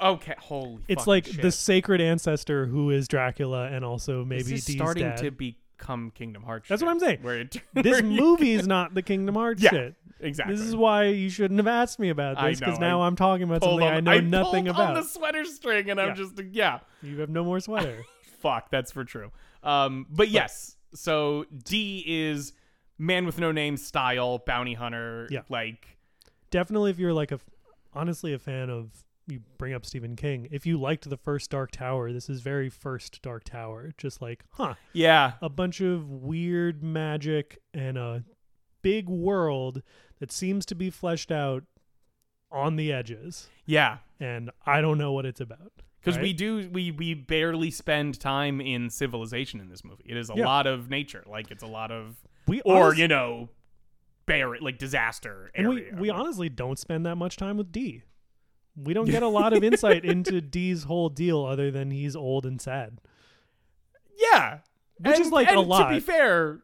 Speaker 1: okay, holy,
Speaker 2: It's
Speaker 1: fucking
Speaker 2: like
Speaker 1: shit.
Speaker 2: the sacred ancestor who is Dracula and also maybe
Speaker 1: This is
Speaker 2: Dee's
Speaker 1: starting
Speaker 2: dad.
Speaker 1: to become Kingdom Hearts.
Speaker 2: That's
Speaker 1: shit,
Speaker 2: what I'm saying.
Speaker 1: Where it
Speaker 2: this
Speaker 1: where you-
Speaker 2: movie is not the Kingdom Hearts
Speaker 1: Yeah,
Speaker 2: shit.
Speaker 1: exactly.
Speaker 2: This is why you shouldn't have asked me about
Speaker 1: I
Speaker 2: this because
Speaker 1: know,
Speaker 2: now
Speaker 1: I
Speaker 2: I am talking about
Speaker 1: Pulled
Speaker 2: something
Speaker 1: on-
Speaker 2: I know nothing
Speaker 1: pulled
Speaker 2: about.
Speaker 1: on the sweater string, and I'm
Speaker 2: Yeah.
Speaker 1: just yeah.
Speaker 2: You have no more sweater.
Speaker 1: Fuck, that's for true. Um, but yes, so D is man with no name style bounty hunter.
Speaker 2: Yeah.
Speaker 1: like
Speaker 2: Definitely, if you're like a, f- honestly, a fan of you bring up Stephen King. If you liked the first Dark Tower, this is very first Dark Tower. Just like, huh,
Speaker 1: yeah,
Speaker 2: a bunch of weird magic and a big world that seems to be fleshed out on the edges,
Speaker 1: yeah.
Speaker 2: and I don't know what it's about.
Speaker 1: because
Speaker 2: right?
Speaker 1: we do we we barely spend time in civilization in this movie it is a
Speaker 2: Yeah.
Speaker 1: lot of nature like it's a lot of
Speaker 2: we
Speaker 1: or
Speaker 2: honest-
Speaker 1: you know bear like disaster
Speaker 2: And we,
Speaker 1: area.
Speaker 2: we honestly don't spend that much time with D. We don't get a lot of insight into D's whole deal other than he's old and sad.
Speaker 1: yeah,
Speaker 2: Which is,
Speaker 1: And-
Speaker 2: like, a
Speaker 1: and To be
Speaker 2: lot.
Speaker 1: fair,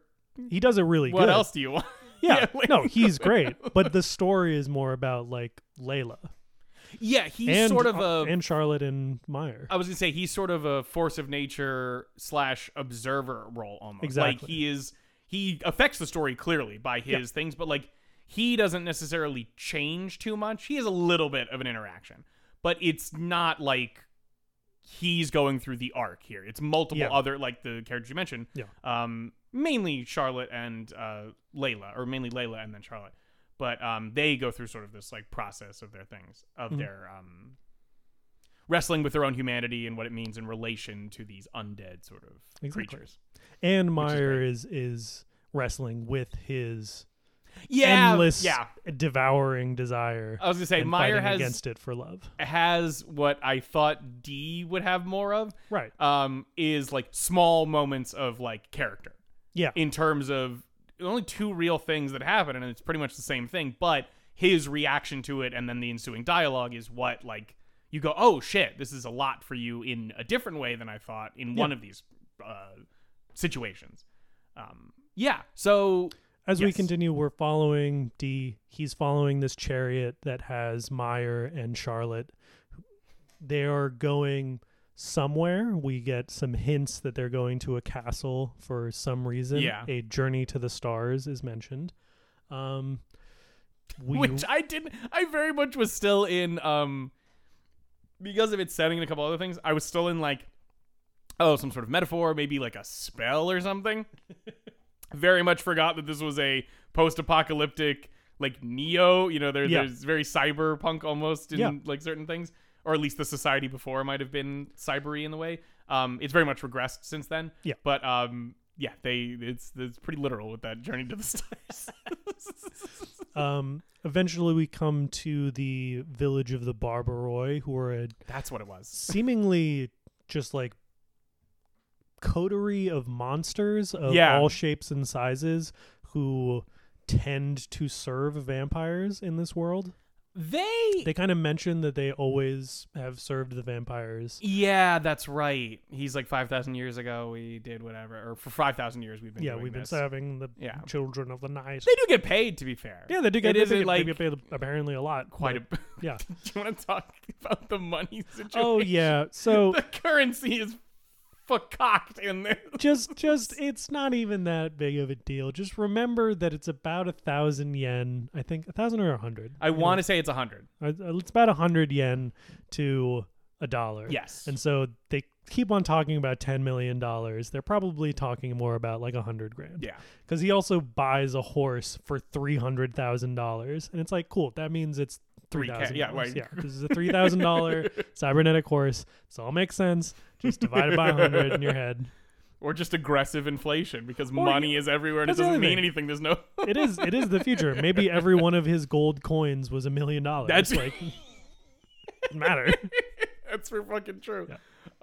Speaker 2: He does it really
Speaker 1: what
Speaker 2: good.
Speaker 1: else do you want?
Speaker 2: Yeah.
Speaker 1: Yeah, like-
Speaker 2: no, he's great. But the story is more about like Layla.
Speaker 1: Yeah, he's
Speaker 2: and,
Speaker 1: sort of
Speaker 2: uh,
Speaker 1: a. Oh,
Speaker 2: and Charlotte and Meyer.
Speaker 1: I was gonna say he's sort of a force of nature slash observer role almost. Like
Speaker 2: Exactly.
Speaker 1: he is he affects the story clearly by his things, but like he doesn't necessarily change too much. He has a little bit of an interaction, but it's not like he's going through the arc here. It's multiple
Speaker 2: Yeah.
Speaker 1: other like the characters you mentioned.
Speaker 2: Yeah.
Speaker 1: Um, mainly Charlotte and uh, Layla, or mainly Layla and then Charlotte. But um, they go through sort of this like process of their things, of
Speaker 2: Mhm.
Speaker 1: their um, wrestling with their own humanity and what it means in relation to these undead sort of
Speaker 2: Exactly.
Speaker 1: creatures.
Speaker 2: and Meyer is, is wrestling with his
Speaker 1: Yeah,
Speaker 2: endless
Speaker 1: yeah.
Speaker 2: devouring desire
Speaker 1: I was gonna say
Speaker 2: and
Speaker 1: Meyer
Speaker 2: fighting
Speaker 1: has
Speaker 2: against it for love.
Speaker 1: has what I thought D would have more of.
Speaker 2: Right.
Speaker 1: Um, is like small moments of like character
Speaker 2: Yeah.
Speaker 1: in terms of only two real things that happen, and it's pretty much the same thing. But his reaction to it and then the ensuing dialogue is what like you go, oh shit, this is a lot for you in a different way than I thought in one of these uh, situations. Um, yeah, so
Speaker 2: As we
Speaker 1: Yes.
Speaker 2: continue, we're following D. He's following this chariot that has Meyer and Charlotte. They are going somewhere. We get some hints that they're going to a castle for some reason.
Speaker 1: Yeah.
Speaker 2: A journey to the stars is mentioned. Um, we,
Speaker 1: which I didn't. I very much was still in um because of its setting and a couple other things. I was still in like oh some sort of metaphor, maybe like a spell or something. very much forgot that this was a post-apocalyptic like neo. You know, there,
Speaker 2: Yeah.
Speaker 1: there's very cyberpunk almost in
Speaker 2: Yeah.
Speaker 1: like certain things, or at least the society before might have been cybery in the way. Um, it's very much regressed since then.
Speaker 2: Yeah.
Speaker 1: but um. Yeah, they it's it's pretty literal with that journey to the stars.
Speaker 2: um, eventually we come to the village of the Barbaroi, who are a
Speaker 1: That's what it was.
Speaker 2: seemingly just like coterie of monsters of
Speaker 1: Yeah.
Speaker 2: all shapes and sizes who tend to serve vampires in this world.
Speaker 1: They
Speaker 2: They kind of mention that they always have served the vampires.
Speaker 1: Yeah, that's right. He's like five thousand years ago. We did whatever, or for five thousand years we've been.
Speaker 2: yeah,
Speaker 1: doing
Speaker 2: we've been
Speaker 1: this.
Speaker 2: serving the
Speaker 1: Yeah.
Speaker 2: children of the night.
Speaker 1: They do get paid, to be fair.
Speaker 2: yeah, they do get,
Speaker 1: It
Speaker 2: they
Speaker 1: is
Speaker 2: do get,
Speaker 1: like
Speaker 2: they get paid apparently a lot.
Speaker 1: quite a.
Speaker 2: but-
Speaker 1: do
Speaker 2: yeah.
Speaker 1: you want to talk about the money situation?
Speaker 2: Oh yeah. So
Speaker 1: the currency is fucked in there.
Speaker 2: just just it's not even that big of a deal. Just remember that it's about a thousand yen. I think a thousand or a hundred.
Speaker 1: I want to say it's a hundred.
Speaker 2: Uh, It's about 100 yen to a dollar.
Speaker 1: Yes.
Speaker 2: And so they keep on talking about $10 million. They're probably talking more about like 100 grand.
Speaker 1: yeah,
Speaker 2: Because he also buys a horse for $300,000. And it's like, cool, that means it's
Speaker 1: 3K,
Speaker 2: $3,000.
Speaker 1: yeah, right.
Speaker 2: yeah. This is a $3,000 cybernetic horse. This all makes sense. Just divide it by 100 in your head.
Speaker 1: or just aggressive inflation because
Speaker 2: Or-
Speaker 1: money is everywhere and it
Speaker 2: that's the
Speaker 1: doesn't
Speaker 2: other
Speaker 1: mean
Speaker 2: thing.
Speaker 1: anything. There's no.
Speaker 2: It is it is the future. Maybe every one of his gold coins was a million dollars.
Speaker 1: That's-
Speaker 2: like, doesn't matter.
Speaker 1: That's for fucking true.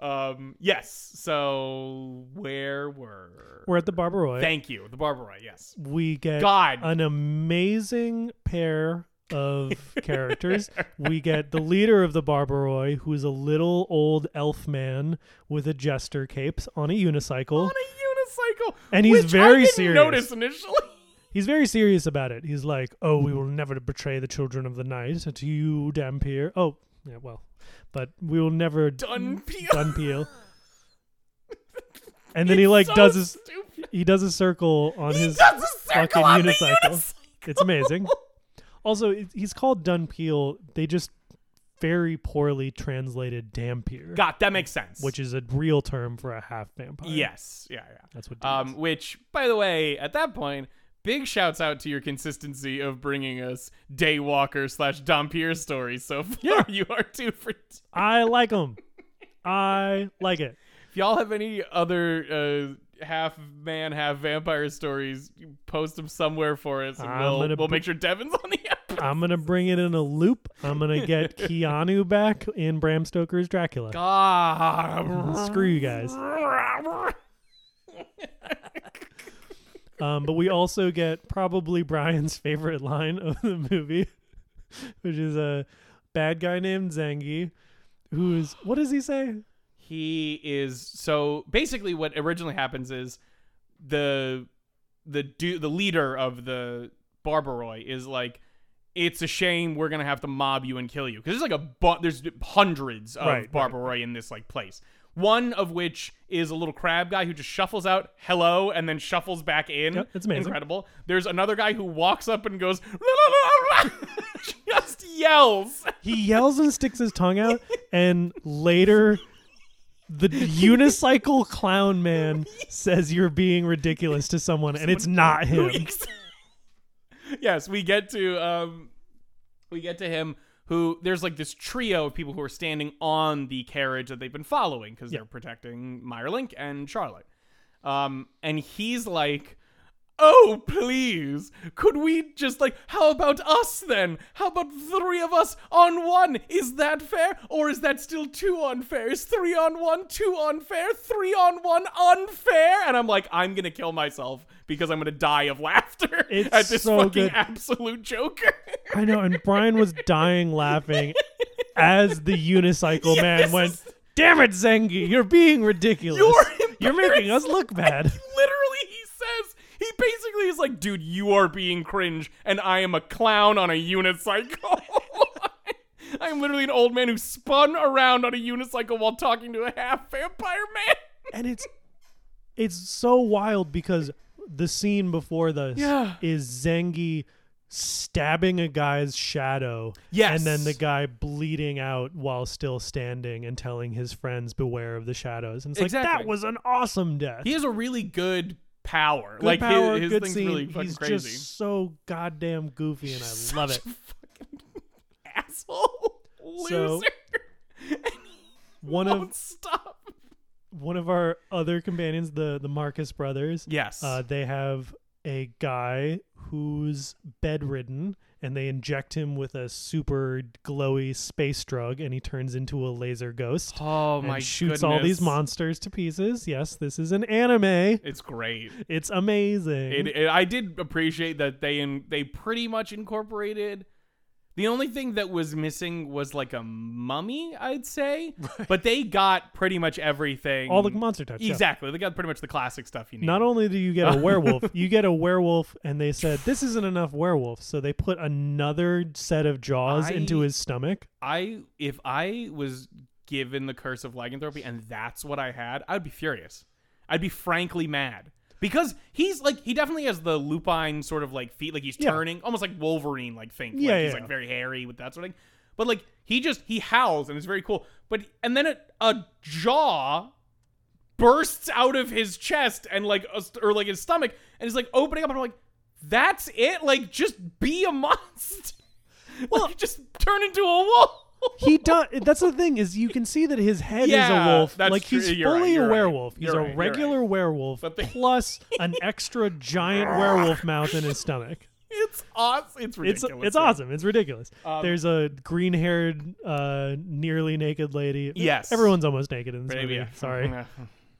Speaker 1: Um. Yes. So where were?
Speaker 2: We're at the Barbaroi.
Speaker 1: Thank you. The Barbara. Yes.
Speaker 2: we get
Speaker 1: God.
Speaker 2: an amazing pair of characters. we get the leader of the Barbaroi, who is a little old elf man with a jester cape on a unicycle.
Speaker 1: on a unicycle,
Speaker 2: Uh, And he's
Speaker 1: which I
Speaker 2: very
Speaker 1: didn't
Speaker 2: serious.
Speaker 1: Notice initially.
Speaker 2: He's very serious about it. He's like, "Oh, we will never betray the children of the night to you, Dampier." Oh, yeah, well, but we will never
Speaker 1: Done peel.
Speaker 2: Dunpeel. And then he
Speaker 1: It's
Speaker 2: like
Speaker 1: so
Speaker 2: does his
Speaker 1: stupid.
Speaker 2: he does a circle on
Speaker 1: He
Speaker 2: his
Speaker 1: does a
Speaker 2: fucking
Speaker 1: circle on the
Speaker 2: unicycle.
Speaker 1: unicycle.
Speaker 2: It's amazing. Also, it- he's called Dunpeel. They just very poorly translated Dampier,
Speaker 1: God, that makes sense.
Speaker 2: which is a real term for a half vampire.
Speaker 1: yes, yeah, yeah.
Speaker 2: that's what. D
Speaker 1: Um,
Speaker 2: is.
Speaker 1: which, by the way, at that point, big shouts out to your consistency of bringing us Daywalker slash Dompier stories so far.
Speaker 2: Yeah.
Speaker 1: You are two for. Two.
Speaker 2: I like him. I like it.
Speaker 1: If y'all have any other uh, half man, half vampire stories, you post them somewhere for us, and
Speaker 2: I'm
Speaker 1: we'll
Speaker 2: gonna
Speaker 1: we'll
Speaker 2: bu-
Speaker 1: make sure Devin's on the episode.
Speaker 2: I'm gonna bring it in a loop. I'm gonna get Keanu back in Bram Stoker's Dracula.
Speaker 1: God.
Speaker 2: Screw you guys. Um, but we also get probably Brian's favorite line of the movie, which is a bad guy named Zangi, who is what does he say?
Speaker 1: he is so basically what originally happens is the the du- the leader of the barbaroi is like it's a shame we're gonna have to mob you and kill you because there's like a bu- there's hundreds of
Speaker 2: Right, right.
Speaker 1: barbaroi in this like place one of which is a little crab guy who just shuffles out hello and then shuffles back in
Speaker 2: Yep, it's amazing.
Speaker 1: incredible there's another guy who walks up and goes "La, la, la, la," just yells
Speaker 2: He yells and sticks his tongue out, and later. The unicycle clown man says you're being ridiculous to someone, and it's not him.
Speaker 1: yes, we get to um, we get to him who there's like this trio of people who are standing on the carriage that they've been following because they're protecting Meyerlink and Charlotte. Um, and he's like, "Oh, please, could we just like how about us then? How about three of us on one? Is that fair or is that still too unfair? Is 3 on 1 too unfair? 3 on 1 unfair?" And I'm like, "I'm going to kill myself because I'm going to die of laughter
Speaker 2: It's
Speaker 1: at this
Speaker 2: so
Speaker 1: fucking
Speaker 2: good.
Speaker 1: absolute joker."
Speaker 2: I know, and Brian was dying laughing as the unicycle man
Speaker 1: Yes.
Speaker 2: went, Damn it, Zengi, you're being ridiculous.
Speaker 1: You're
Speaker 2: making us look bad.
Speaker 1: literally he says he basically is like dude you are being cringe and i am a clown on a unicycle i'm literally an old man who spun around on a unicycle while talking to a half vampire man
Speaker 2: And it's it's so wild because the scene before this
Speaker 1: Yeah.
Speaker 2: is Zengi stabbing a guy's shadow.
Speaker 1: Yes.
Speaker 2: And then the guy bleeding out while still standing and telling his friends beware of the shadows. And it's like
Speaker 1: Exactly.
Speaker 2: that was an awesome death.
Speaker 1: he has a really good power
Speaker 2: Good
Speaker 1: like his-
Speaker 2: power,
Speaker 1: his,
Speaker 2: good
Speaker 1: thing's
Speaker 2: scene.
Speaker 1: really fucking
Speaker 2: He's
Speaker 1: crazy
Speaker 2: just so goddamn goofy, and I love it.
Speaker 1: Such a fucking asshole
Speaker 2: So-
Speaker 1: loser and he
Speaker 2: One
Speaker 1: won't
Speaker 2: of
Speaker 1: stop
Speaker 2: one of our other companions, the the Marcus brothers,
Speaker 1: yes
Speaker 2: uh, they have a guy who's bedridden, and they inject him with a super glowy space drug, and he turns into a laser ghost
Speaker 1: oh
Speaker 2: and
Speaker 1: my
Speaker 2: shoots all these
Speaker 1: goodness.
Speaker 2: monsters to pieces. Yes, this is an anime.
Speaker 1: it's great
Speaker 2: It's amazing.
Speaker 1: It, it, I did appreciate that they in, they pretty much incorporated. The only thing that was missing was like a mummy, I'd say, but they got pretty much everything.
Speaker 2: all the monster types. yeah.
Speaker 1: exactly. They got pretty much the classic stuff you need.
Speaker 2: Not only do you get a werewolf, you get a werewolf, and they said this isn't enough werewolf, so they put another set of jaws
Speaker 1: I-
Speaker 2: into his stomach.
Speaker 1: I if I was given the curse of lycanthropy and that's what I had, I'd be furious. I'd be frankly mad. Because he's like he definitely has the lupine sort of like feet, like he's
Speaker 2: Yeah.
Speaker 1: turning, almost like Wolverine like thing. Like
Speaker 2: Yeah,
Speaker 1: he's
Speaker 2: yeah.
Speaker 1: like very hairy with that sort of thing. But like he just he howls and it's very cool. But and then a, a jaw bursts out of his chest and like a st- or like his stomach and is like opening up and I'm like, that's it? Like just be a monster. Well, just turn into a wolf.
Speaker 2: He does. That's the thing is you can see that his head is
Speaker 1: Yeah,
Speaker 2: a wolf.
Speaker 1: that's
Speaker 2: like
Speaker 1: true.
Speaker 2: he's
Speaker 1: You're right,
Speaker 2: fully
Speaker 1: you're
Speaker 2: a
Speaker 1: right.
Speaker 2: werewolf. He's
Speaker 1: You're right,
Speaker 2: a
Speaker 1: you're
Speaker 2: regular werewolf
Speaker 1: But they-
Speaker 2: plus an extra giant werewolf mouth in his stomach.
Speaker 1: It's awesome. It's
Speaker 2: It's
Speaker 1: ridiculous. Um,
Speaker 2: it's awesome. It's ridiculous. There's a green haired, uh, nearly naked lady.
Speaker 1: Yes.
Speaker 2: everyone's almost naked in this
Speaker 1: Maybe.
Speaker 2: movie. Sorry.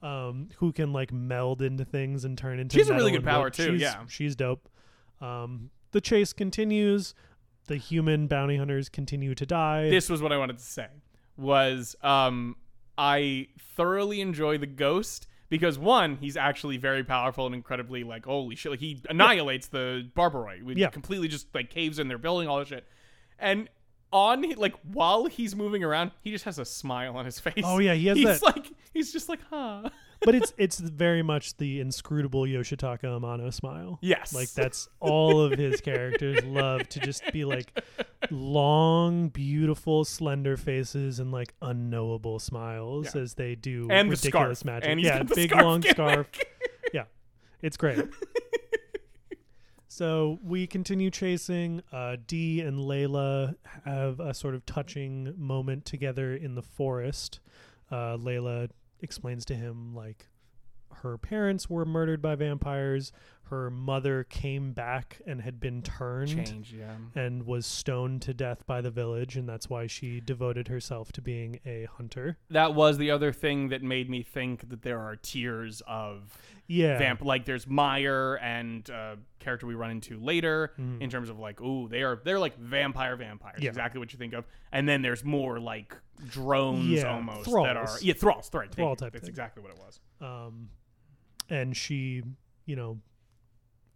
Speaker 2: um, who can like meld into things and turn into.
Speaker 1: She has a really
Speaker 2: metal
Speaker 1: good
Speaker 2: and
Speaker 1: power,
Speaker 2: wood.
Speaker 1: too,
Speaker 2: She's,
Speaker 1: yeah.
Speaker 2: she's dope. Um, the chase continues. The human bounty hunters continue to die.
Speaker 1: This was what I wanted to say. Was um, I thoroughly enjoy the ghost because one, he's actually very powerful and incredibly like holy shit. Like he annihilates the Barbaroi. We
Speaker 2: Yeah.
Speaker 1: completely just like caves in. They're building all this shit, and on like while he's moving around, he just has a smile on his face.
Speaker 2: Oh, yeah, he has
Speaker 1: he's
Speaker 2: that-
Speaker 1: like he's just like huh.
Speaker 2: but it's it's very much the inscrutable Yoshitaka Amano smile.
Speaker 1: Yes.
Speaker 2: Like that's all of his characters love to just be like long, beautiful, slender faces and like unknowable smiles
Speaker 1: Yeah.
Speaker 2: as they do
Speaker 1: And the
Speaker 2: ridiculous
Speaker 1: scarf.
Speaker 2: magic.
Speaker 1: And he's
Speaker 2: yeah,
Speaker 1: got the
Speaker 2: big
Speaker 1: scarf
Speaker 2: long
Speaker 1: gimmick.
Speaker 2: scarf. yeah. It's great. So we continue chasing. Uh, Dee and Layla have a sort of touching moment together in the forest. Uh, Layla explains to him like her parents were murdered by vampires. Her mother came back and had been turned
Speaker 1: Change. Yeah.
Speaker 2: and was stoned to death by the village, and that's why she devoted herself to being a hunter.
Speaker 1: that was the other thing that made me think that there are tiers of
Speaker 2: Yeah.
Speaker 1: vamp like there's Meyer and uh, character we run into later in terms of like ooh they are they're like vampire vampires
Speaker 2: Mm. Yeah.
Speaker 1: exactly what you think of and then there's more like drones
Speaker 2: Yeah,
Speaker 1: almost that are
Speaker 2: thralls.
Speaker 1: yeah thralls right thank
Speaker 2: Thrall
Speaker 1: you.
Speaker 2: type
Speaker 1: that's
Speaker 2: thing.
Speaker 1: exactly what it was
Speaker 2: um, and she, you know,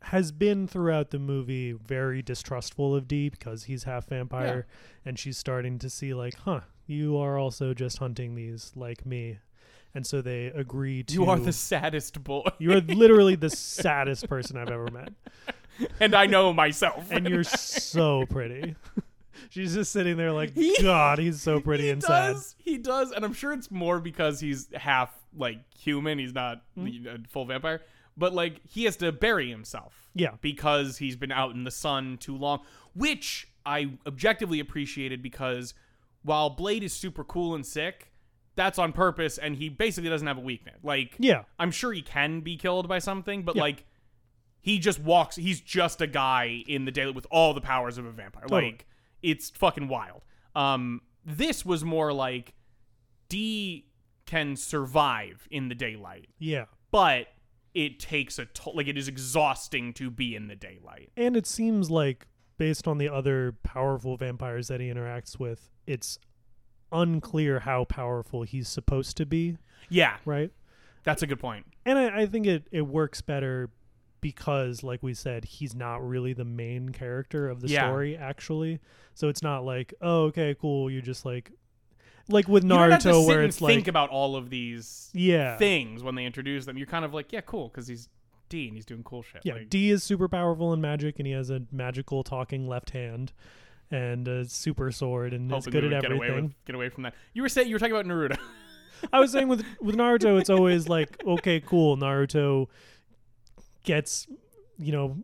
Speaker 2: has been throughout the movie very distrustful of D because he's half vampire, and she's starting to see like, huh, you are also just hunting these like me, and so they agree to.
Speaker 1: you are the saddest boy
Speaker 2: you are literally the saddest person I've ever met,
Speaker 1: and I know myself
Speaker 2: and you're so pretty. She's just sitting there like,
Speaker 1: He-
Speaker 2: God, he's so pretty
Speaker 1: he
Speaker 2: and sad.
Speaker 1: does, He does, and I'm sure it's more because he's half like human. He's not
Speaker 2: Mm.
Speaker 1: you know, full vampire, but like he has to bury himself.
Speaker 2: Yeah.
Speaker 1: because he's been out in the sun too long, which I objectively appreciated because while Blade is super cool and sick, that's on purpose, and he basically doesn't have a weakness. Like,
Speaker 2: Yeah,
Speaker 1: I'm sure he can be killed by something, but
Speaker 2: Yeah.
Speaker 1: like he just walks he's just a guy in the daylight with all the powers of a vampire.
Speaker 2: Totally.
Speaker 1: Like it's fucking wild. Um this was more like D can survive in the daylight,
Speaker 2: yeah.
Speaker 1: but it takes a toll like it is exhausting to be in the daylight.
Speaker 2: And it seems like, based on the other powerful vampires that he interacts with, it's unclear how powerful he's supposed to be,
Speaker 1: Yeah,
Speaker 2: right?
Speaker 1: that's a good point.
Speaker 2: And I, I think it, it works better because, like we said, he's not really the main character of the
Speaker 1: Yeah.
Speaker 2: story, actually. So it's not like, oh, okay, cool. You're just like, like with
Speaker 1: You don't have to
Speaker 2: Naruto,
Speaker 1: sit
Speaker 2: where
Speaker 1: and
Speaker 2: it's
Speaker 1: think
Speaker 2: like,
Speaker 1: about all of these
Speaker 2: yeah.
Speaker 1: things when they introduce them. You're kind of like, yeah, cool, because he's D and he's doing cool shit.
Speaker 2: Yeah,
Speaker 1: Like,
Speaker 2: D is super powerful in magic, and he has a magical talking left hand and a super sword, and is
Speaker 1: hoping
Speaker 2: good
Speaker 1: we
Speaker 2: at
Speaker 1: would get
Speaker 2: everything.
Speaker 1: away with get away from that. You were saying you were talking about Naruto.
Speaker 2: I was saying with with Naruto, it's always like, okay, cool. Naruto gets, you know,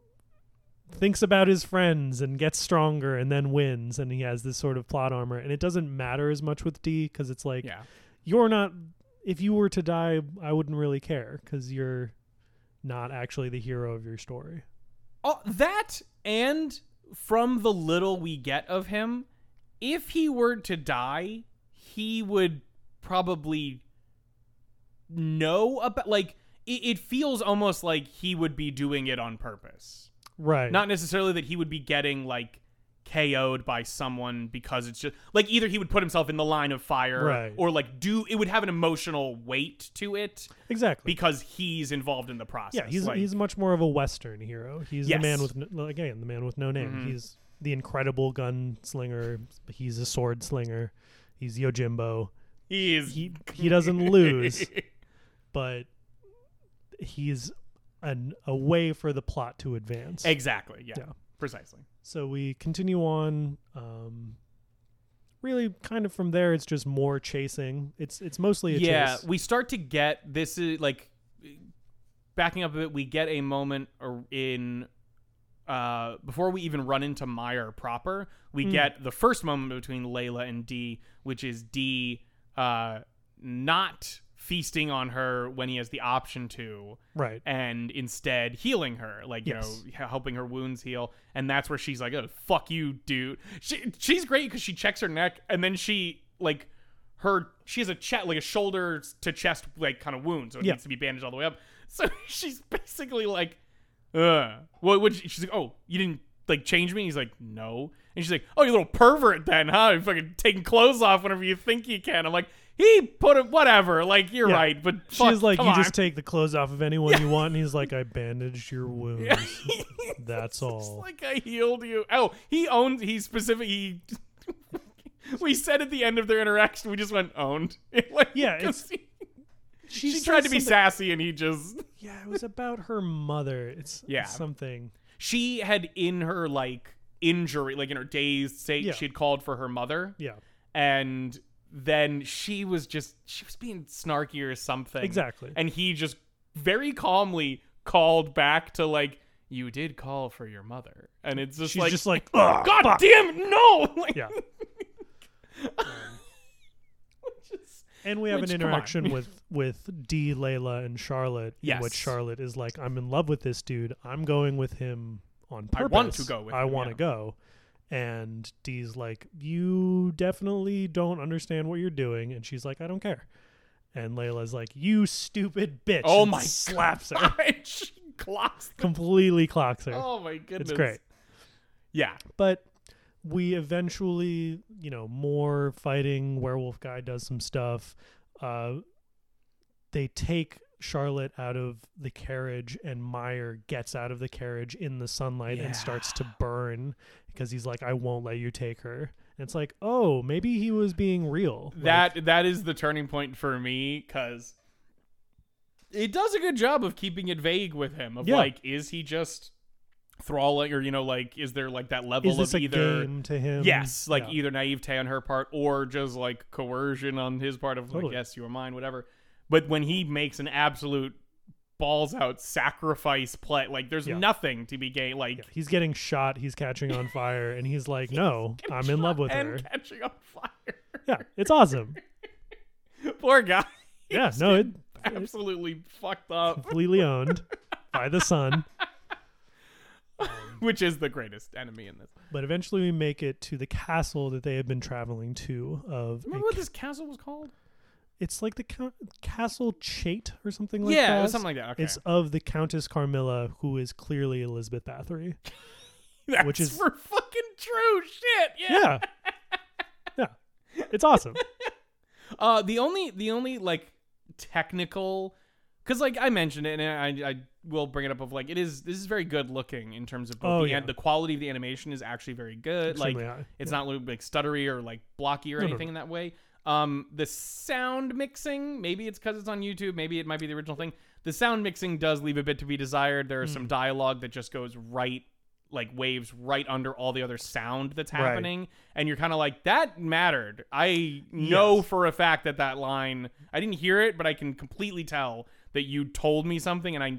Speaker 2: thinks about his friends and gets stronger and then wins, and he has this sort of plot armor. And it doesn't matter as much with D because it's like
Speaker 1: yeah,
Speaker 2: you're not. If you were to die, I wouldn't really care because you're not actually the hero of your story.
Speaker 1: oh, that and from the little we get of him, if he were to die, he would probably know about. Like it, it feels almost like he would be doing it on purpose.
Speaker 2: Right.
Speaker 1: Not necessarily that he would be getting like KO'd by someone because it's just like either he would put himself in the line of fire
Speaker 2: Right.
Speaker 1: or like do it would have an emotional weight to it.
Speaker 2: exactly.
Speaker 1: because he's involved in the process.
Speaker 2: Yeah, he's
Speaker 1: like,
Speaker 2: he's much more of a Western hero. He's the man
Speaker 1: Yes. Mm-hmm.
Speaker 2: with no, like, again the man with no name. He's the incredible gunslinger. He's a sword slinger. He's Yojimbo.
Speaker 1: he is
Speaker 2: He he doesn't lose, but he's an a way for the plot to advance.
Speaker 1: exactly. Yeah,
Speaker 2: Yeah.
Speaker 1: precisely.
Speaker 2: So we continue on. Um, really, kind of from there, it's just more chasing. It's it's mostly a
Speaker 1: yeah,
Speaker 2: chase.
Speaker 1: we start to get this is like backing up a bit. We get a moment or- in uh before we even run into Meyer proper. We get the first moment between Layla and D, which is D uh not feasting on her when he has the option to.
Speaker 2: right.
Speaker 1: and instead healing her, like you
Speaker 2: Yes.
Speaker 1: know, h- helping her wounds heal. And that's where she's like, "Oh, fuck you, dude." She she's great because she checks her neck, and then she like her she has a chest like a shoulder to chest like kind of wound, so it
Speaker 2: Yeah.
Speaker 1: needs to be bandaged all the way up. So she's basically like, "Uh, what?" Would she's like, "Oh, you didn't." Like change me? He's like, no. And she's like, oh, you little pervert, then, huh? You fucking taking clothes off whenever you think you can. I'm like, he put it, whatever. Like, you're
Speaker 2: Yeah.
Speaker 1: right, but
Speaker 2: She's
Speaker 1: fuck,
Speaker 2: like,
Speaker 1: come
Speaker 2: you
Speaker 1: on."
Speaker 2: just take the clothes off of anyone you want, and he's like, I bandaged your wounds. That's
Speaker 1: It's
Speaker 2: all.
Speaker 1: like I healed you. Oh, he owned. He specific. He. we said at the end of their interaction, we just went owned. like,
Speaker 2: Yeah,
Speaker 1: 'cause he-
Speaker 2: she
Speaker 1: she tried to be
Speaker 2: said.
Speaker 1: sassy, and he just.
Speaker 2: Yeah, it was about her mother. It's
Speaker 1: Yeah.
Speaker 2: something.
Speaker 1: She had in her like injury, like in her dazed state,
Speaker 2: Yeah.
Speaker 1: she had called for her mother,
Speaker 2: Yeah,
Speaker 1: and then she was just she was being snarky or something.
Speaker 2: exactly.
Speaker 1: And he just very calmly called back to like, "You did call for your mother," and it's just
Speaker 2: She's
Speaker 1: like,
Speaker 2: just like, "Ugh,
Speaker 1: God
Speaker 2: fuck."
Speaker 1: damn it, no! Like,
Speaker 2: Yeah.
Speaker 1: just-
Speaker 2: And we have
Speaker 1: Which,
Speaker 2: an
Speaker 1: come on.
Speaker 2: interaction with with D, Layla, and Charlotte. in
Speaker 1: Yes.
Speaker 2: which Charlotte is like, I'm in love with this dude. I'm going with him on
Speaker 1: I
Speaker 2: purpose.
Speaker 1: want to go with
Speaker 2: I
Speaker 1: him,
Speaker 2: want
Speaker 1: yeah."
Speaker 2: to go. And D's like, you definitely don't understand what you're doing. And she's like, I don't care. And Layla's like, "You stupid bitch!"
Speaker 1: Oh
Speaker 2: and
Speaker 1: my
Speaker 2: slaps her,
Speaker 1: God, she clocks.
Speaker 2: completely clocks her.
Speaker 1: Oh my goodness.
Speaker 2: great.
Speaker 1: Yeah.
Speaker 2: But we eventually, you know, more fighting. Werewolf guy does some stuff. Uh, they take Charlotte out of the carriage, and Meyer gets out of the carriage in the sunlight
Speaker 1: Yeah.
Speaker 2: and starts to burn because he's like, "I won't let you take her." And it's like, oh, maybe he was being real. Like,
Speaker 1: that that is the turning point for me cuz it does a good job of keeping it vague with him of
Speaker 2: Yeah.
Speaker 1: like is he just thralling or you know like is there like that level
Speaker 2: is this
Speaker 1: of
Speaker 2: a
Speaker 1: either
Speaker 2: game to him?
Speaker 1: Yes, like e-
Speaker 2: Yeah.
Speaker 1: either naivete on her part or just like coercion on his part of like
Speaker 2: Totally.
Speaker 1: yes, you are mine, whatever. But when he makes an absolute balls out sacrifice play, like there's
Speaker 2: Yeah.
Speaker 1: nothing to be gained. Like
Speaker 2: Yeah, he's getting shot. He's catching on fire, and he's like, "No, I'm in love with
Speaker 1: and
Speaker 2: her."
Speaker 1: catching on fire.
Speaker 2: Yeah, it's awesome.
Speaker 1: Poor guy,
Speaker 2: Yeah, no, it
Speaker 1: absolutely fucked up,
Speaker 2: completely owned by the sun.
Speaker 1: which is the greatest enemy in this.
Speaker 2: But eventually, we make it to the castle that they have been traveling to. Of a
Speaker 1: Remember what
Speaker 2: ca-
Speaker 1: this castle was called?
Speaker 2: it's like the ca- castle Chait or something like uh, that.
Speaker 1: yeah, it was something like that. Okay,
Speaker 2: It's of the Countess Carmilla, who is clearly Elizabeth Bathory.
Speaker 1: That's
Speaker 2: which is-
Speaker 1: for fucking true shit. Yeah.
Speaker 2: Yeah, yeah, it's awesome.
Speaker 1: Uh, the only the only like technical, because like I mentioned it, and I I will bring it up of like it is this is very good looking in terms of both
Speaker 2: Oh,
Speaker 1: the
Speaker 2: yeah.
Speaker 1: an- the quality of the animation is actually very good. Like
Speaker 2: Extremely high.
Speaker 1: it's not like stuttery or like blocky or
Speaker 2: No, no,
Speaker 1: anything in that way. Um, the sound mixing, maybe it's because it's on YouTube, maybe it might be the original thing. The sound mixing does leave a bit to be desired. There is
Speaker 2: Hmm.
Speaker 1: some dialogue that just goes right, like waves right under all the other sound that's
Speaker 2: Right.
Speaker 1: happening, and you're kind of like, that mattered. I know
Speaker 2: Yes.
Speaker 1: for a fact that that line, I didn't hear it, but I can completely tell that you told me something, and I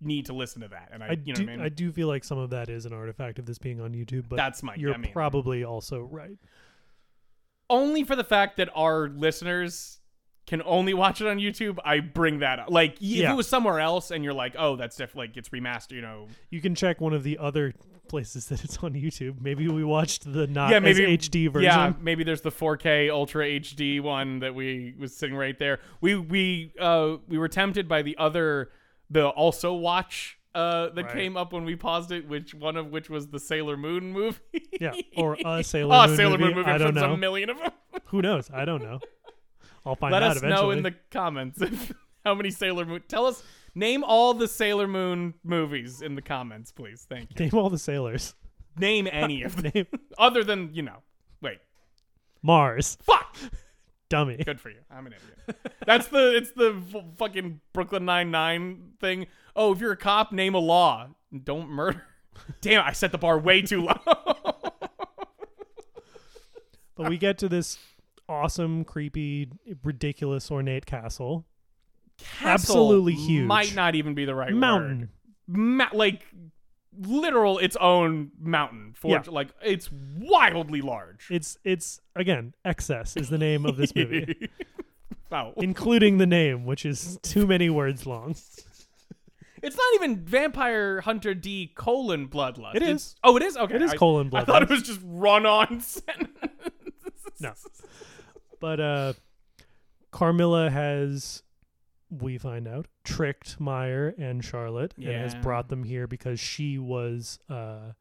Speaker 1: need to listen to that. And I,
Speaker 2: I
Speaker 1: you know
Speaker 2: do,
Speaker 1: what I mean?
Speaker 2: I do feel like some of that is an artifact of this being on YouTube, but
Speaker 1: That's my- I
Speaker 2: You're
Speaker 1: mean-
Speaker 2: probably also right.
Speaker 1: only for the fact that our listeners can only watch it on YouTube, I bring that up. Like, y- if
Speaker 2: Yeah.
Speaker 1: it was somewhere else and you're like, oh, that's definitely, like, it's remastered, you know.
Speaker 2: You can check one of the other places that it's on YouTube. Maybe we watched the not
Speaker 1: yeah,
Speaker 2: Uh, as
Speaker 1: maybe.
Speaker 2: HD version.
Speaker 1: Yeah, maybe there's the 4K Ultra HD one that we was sitting right there. We, we, uh, we were tempted by the other, the also watch. Uh, that
Speaker 2: Right.
Speaker 1: came up when we paused it, which one of which was the Sailor Moon movie.
Speaker 2: Yeah, or a Sailor
Speaker 1: oh,
Speaker 2: Moon
Speaker 1: Sailor
Speaker 2: movie.
Speaker 1: Moon movie.
Speaker 2: I
Speaker 1: from
Speaker 2: don't
Speaker 1: some
Speaker 2: know.
Speaker 1: million of them.
Speaker 2: Who knows? I don't know. I'll find
Speaker 1: Let
Speaker 2: out
Speaker 1: us
Speaker 2: eventually.
Speaker 1: know in the comments if, how many Sailor Moon. Tell us name all the Sailor Moon movies in the comments, please. Thank you.
Speaker 2: Name all the sailors.
Speaker 1: Name any of them
Speaker 2: Name
Speaker 1: other than you know. Wait,
Speaker 2: Mars.
Speaker 1: fuck.
Speaker 2: Dummy.
Speaker 1: Good for you. I'm an idiot. That's the it's the f- fucking Brooklyn Nine Nine thing. Oh, if you're a cop, name a law. Don't murder. Damn, I set the bar way too low.
Speaker 2: But we get to this awesome, creepy, ridiculous, ornate castle.
Speaker 1: Castle
Speaker 2: Absolutely huge.
Speaker 1: Might not even be the right word.
Speaker 2: Mountain.
Speaker 1: ma- like literal its own mountain for
Speaker 2: Yeah.
Speaker 1: like it's wildly large.
Speaker 2: It's it's again, excess is the name of this movie.
Speaker 1: wow.
Speaker 2: including the name, which is too many words long.
Speaker 1: It's not even Vampire Hunter D colon bloodlust.
Speaker 2: It
Speaker 1: It's-
Speaker 2: is.
Speaker 1: oh, it is? Okay.
Speaker 2: It is
Speaker 1: I-
Speaker 2: colon
Speaker 1: I thought
Speaker 2: bloodlust.
Speaker 1: it was just run on sentence.
Speaker 2: No. But uh Carmilla has we find out tricked Meyer and Charlotte and has
Speaker 1: Yeah.
Speaker 2: brought them here because she was uh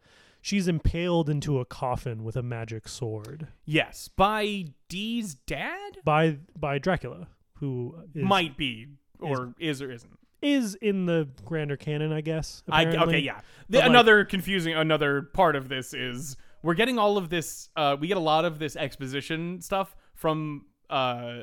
Speaker 2: she's impaled into a coffin with a magic sword
Speaker 1: Yes. By D's dad?
Speaker 2: by by Dracula who is
Speaker 1: Might be. Or is, or isn't.
Speaker 2: is in the grander canon I guess
Speaker 1: I,
Speaker 2: apparently.
Speaker 1: okay, yeah. The,
Speaker 2: But, like-
Speaker 1: another confusing, another part of this is we're getting all of this. Uh, we get a lot of this exposition stuff from uh,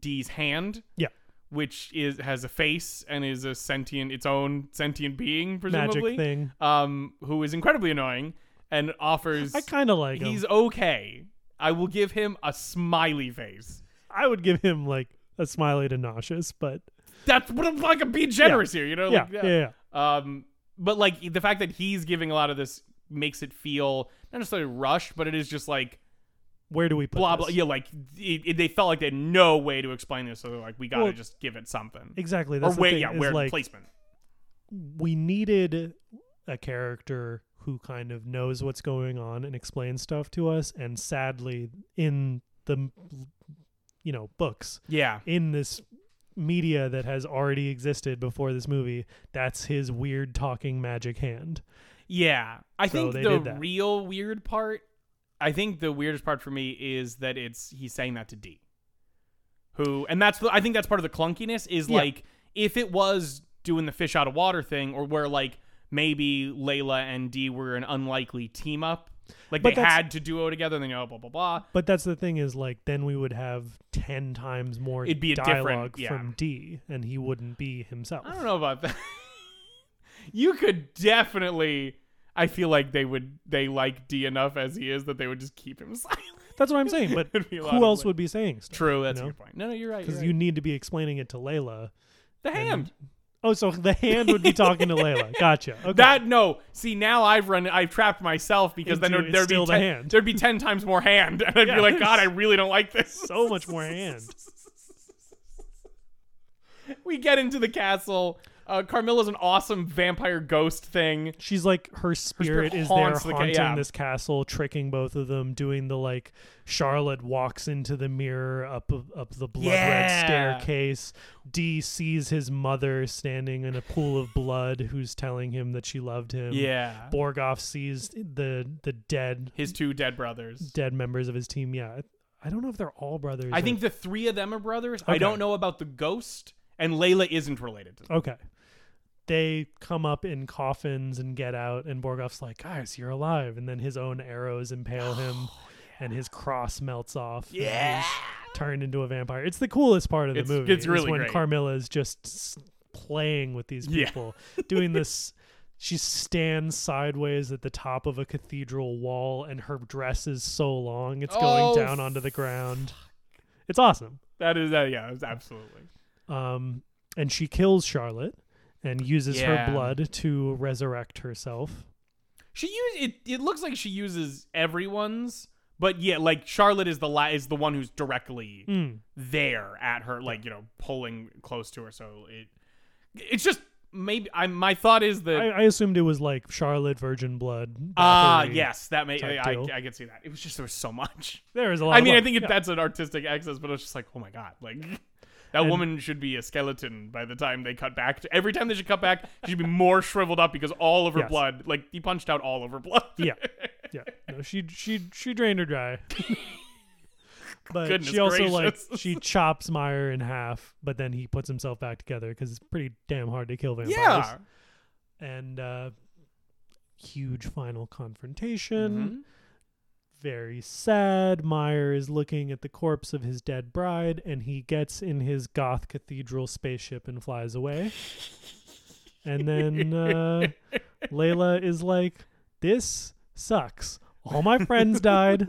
Speaker 1: Dee's hand,
Speaker 2: yeah
Speaker 1: which is has a face and is a sentient, its own sentient being, presumably,
Speaker 2: magic thing
Speaker 1: um, who is incredibly annoying and offers.
Speaker 2: I kind of like
Speaker 1: he's
Speaker 2: him
Speaker 1: okay. I will give him a smiley face.
Speaker 2: I would give him like a smiley to nauseous but
Speaker 1: That's what I'm like. Be generous here, you know.
Speaker 2: yeah
Speaker 1: like,
Speaker 2: yeah, yeah.
Speaker 1: Um, but like the fact that he's giving a lot of this makes it feel not necessarily rushed, but it is just like
Speaker 2: where do we put
Speaker 1: blah blah.
Speaker 2: this?
Speaker 1: Yeah, like it, it- they felt like they had no way to explain this, so they're like, we gotta
Speaker 2: Well,
Speaker 1: just give it something.
Speaker 2: exactly
Speaker 1: or
Speaker 2: that's the
Speaker 1: wait,
Speaker 2: thing,
Speaker 1: yeah,
Speaker 2: is,
Speaker 1: where
Speaker 2: like,
Speaker 1: placement.
Speaker 2: we needed a character who kind of knows what's going on and explains stuff to us and sadly in the you know books
Speaker 1: Yeah,
Speaker 2: in this media that has already existed before this movie. That's his weird talking magic hand.
Speaker 1: Yeah. I
Speaker 2: So
Speaker 1: think
Speaker 2: they
Speaker 1: the
Speaker 2: did that.
Speaker 1: real weird part, I think the weirdest part for me is that it's he's saying that to D. Who and that's the, I think that's part of the clunkiness is
Speaker 2: Yeah.
Speaker 1: like if it was doing the fish out of water thing or where like maybe Layla and D were an unlikely team up. Like
Speaker 2: But
Speaker 1: they
Speaker 2: that's-
Speaker 1: had to duo together and then you know blah blah blah.
Speaker 2: But that's the thing is like then we would have ten times more
Speaker 1: It'd be a different-
Speaker 2: dialogue
Speaker 1: yeah.
Speaker 2: from D, and he wouldn't be himself.
Speaker 1: I don't know about that. you could definitely I feel like they would they like D enough as he is that they would just keep him silent.
Speaker 2: That's what I'm saying. But
Speaker 1: It'd be a lot of
Speaker 2: who else
Speaker 1: like-
Speaker 2: would be saying stuff?
Speaker 1: True, that's
Speaker 2: know?
Speaker 1: your point. No, no, you're right.
Speaker 2: Because
Speaker 1: Because
Speaker 2: you need to be explaining it to Layla.
Speaker 1: the
Speaker 2: and-
Speaker 1: hand
Speaker 2: Oh, so the hand would be talking to Layla. Gotcha. Okay.
Speaker 1: that no. See, now I've run. I've trapped myself because then
Speaker 2: Into-
Speaker 1: there'd,
Speaker 2: it's
Speaker 1: there'd be
Speaker 2: still the
Speaker 1: ten,
Speaker 2: hand.
Speaker 1: there'd be ten times more hand, and I'd
Speaker 2: Yeah.
Speaker 1: be like, God, I really don't like this.
Speaker 2: so much more hand.
Speaker 1: we get into the castle. Uh, Carmilla's an awesome vampire ghost thing.
Speaker 2: She's like her spirit, is
Speaker 1: haunts
Speaker 2: there
Speaker 1: the ca-
Speaker 2: haunting
Speaker 1: yeah.
Speaker 2: this castle, tricking both of them, doing the like Charlotte walks into the mirror up up the blood
Speaker 1: Yeah.
Speaker 2: red staircase. D sees his mother standing in a pool of blood who's telling him that she loved him.
Speaker 1: Yeah,
Speaker 2: Borgoff sees the the dead
Speaker 1: his two dead brothers.
Speaker 2: dead members of his team. Yeah. I don't know if they're all brothers.
Speaker 1: I
Speaker 2: or-
Speaker 1: think the three of them are brothers. I
Speaker 2: Okay.
Speaker 1: don't know about the ghost, and Layla isn't related to them.
Speaker 2: Okay. They come up in coffins and get out, and Borgoff's like, guys, you're alive. And then his own arrows impale him, and his cross melts off. and
Speaker 1: Oh, Yeah.
Speaker 2: he's Turned into a vampire. It's the coolest part of the
Speaker 1: It's-
Speaker 2: movie.
Speaker 1: it's
Speaker 2: is
Speaker 1: really
Speaker 2: when
Speaker 1: great.
Speaker 2: Carmilla is just s- playing with these
Speaker 1: Yeah.
Speaker 2: people, doing this. She stands sideways at the top of a cathedral wall, and her dress is so long it's
Speaker 1: Oh,
Speaker 2: going down onto the ground. It's awesome.
Speaker 1: That is, uh, yeah, it's absolutely.
Speaker 2: um, and she kills Charlotte and uses
Speaker 1: Yeah.
Speaker 2: her blood to resurrect herself.
Speaker 1: She use it. It looks like she uses everyone's, but yeah, like Charlotte is the la- is the one who's directly
Speaker 2: Mm.
Speaker 1: there at her, like you know, pulling close to her. So it, it's just maybe I my thought is
Speaker 2: I,
Speaker 1: that
Speaker 2: I assumed it was like Charlotte virgin blood.
Speaker 1: ah
Speaker 2: Bathory.
Speaker 1: yes, that may
Speaker 2: type
Speaker 1: I,
Speaker 2: deal.
Speaker 1: I I could see that. It was just there was so much.
Speaker 2: there is a lot.
Speaker 1: I
Speaker 2: of
Speaker 1: mean, I
Speaker 2: blood.
Speaker 1: think it,
Speaker 2: Yeah.
Speaker 1: that's an artistic excess, but it's just like oh my god, like. That
Speaker 2: And-
Speaker 1: woman should be a skeleton by the time they cut back. to- Every time they should cut back, she should be more shriveled up because all of her
Speaker 2: Yes.
Speaker 1: blood, like he punched out all of her blood.
Speaker 2: yeah, yeah. No, she she she drained her dry. but
Speaker 1: Goodness
Speaker 2: she also
Speaker 1: gracious.
Speaker 2: like she chops Meyer in half, but then he puts himself back together because it's pretty damn hard to kill vampires.
Speaker 1: yeah.
Speaker 2: and uh, huge final confrontation.
Speaker 1: Mhm.
Speaker 2: very sad. Meyer is looking at the corpse of his dead bride, and he gets in his goth cathedral spaceship and flies away. And then uh, Layla is like, This sucks. All my friends died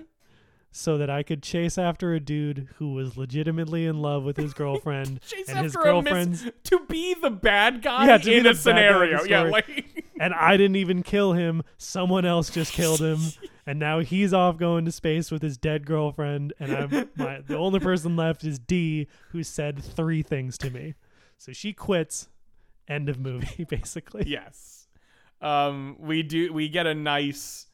Speaker 2: so that I could chase after a dude who was legitimately in love with his girlfriend
Speaker 1: Chase
Speaker 2: and his
Speaker 1: after a miss-
Speaker 2: girlfriend's.
Speaker 1: to be the bad guy
Speaker 2: Yeah, to be
Speaker 1: in
Speaker 2: the
Speaker 1: a
Speaker 2: bad guy in the
Speaker 1: scenario. Yeah,
Speaker 2: story.
Speaker 1: like
Speaker 2: and I didn't even kill him. Someone else just killed him, and now he's off going to space with his dead girlfriend. And I'm my, the only person left is D, who said three things to me. So she quits. End of movie, basically.
Speaker 1: yes. Um, we do we get a nice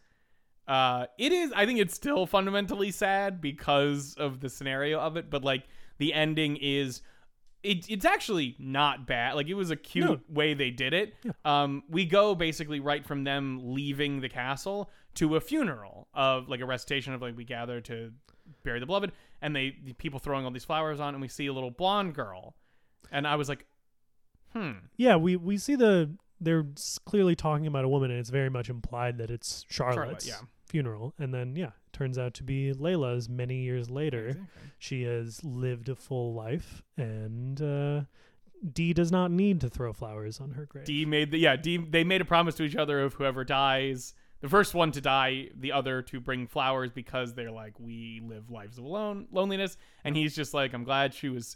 Speaker 1: uh it is I think it's still fundamentally sad because of the scenario of it, but like the ending is it, it's actually not bad. Like it was a cute
Speaker 2: No.
Speaker 1: way they did it.
Speaker 2: Yeah.
Speaker 1: Um, we go basically right from them leaving the castle to a funeral of like a recitation of like we gather to bury the beloved, and they the people throwing all these flowers on, and we see a little blonde girl, and I was like, hmm,
Speaker 2: Yeah, we we see the they're s- clearly talking about a woman, and it's very much implied that it's Charlotte's
Speaker 1: yeah.
Speaker 2: funeral. And then yeah, turns out to be Layla's many years later. She has lived a full life, and uh, D does not need to throw flowers on her grave.
Speaker 1: D made the yeah D they made a promise to each other of whoever dies the first one to die the other to bring flowers because they're like we live lives of alone loneliness and he's just like I'm glad she was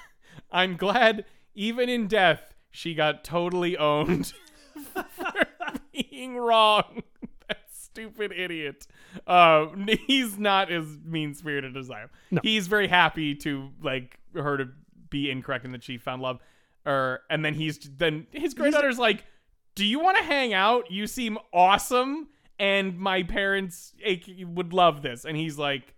Speaker 1: I'm glad even in death she got totally owned for being wrong that stupid idiot uh, he's not as mean spirited as I am
Speaker 2: No.
Speaker 1: he's very happy to like her to be incorrect and that she found love or and then he's then his granddaughter's like do you want to hang out you seem awesome and my parents ac- would love this and he's like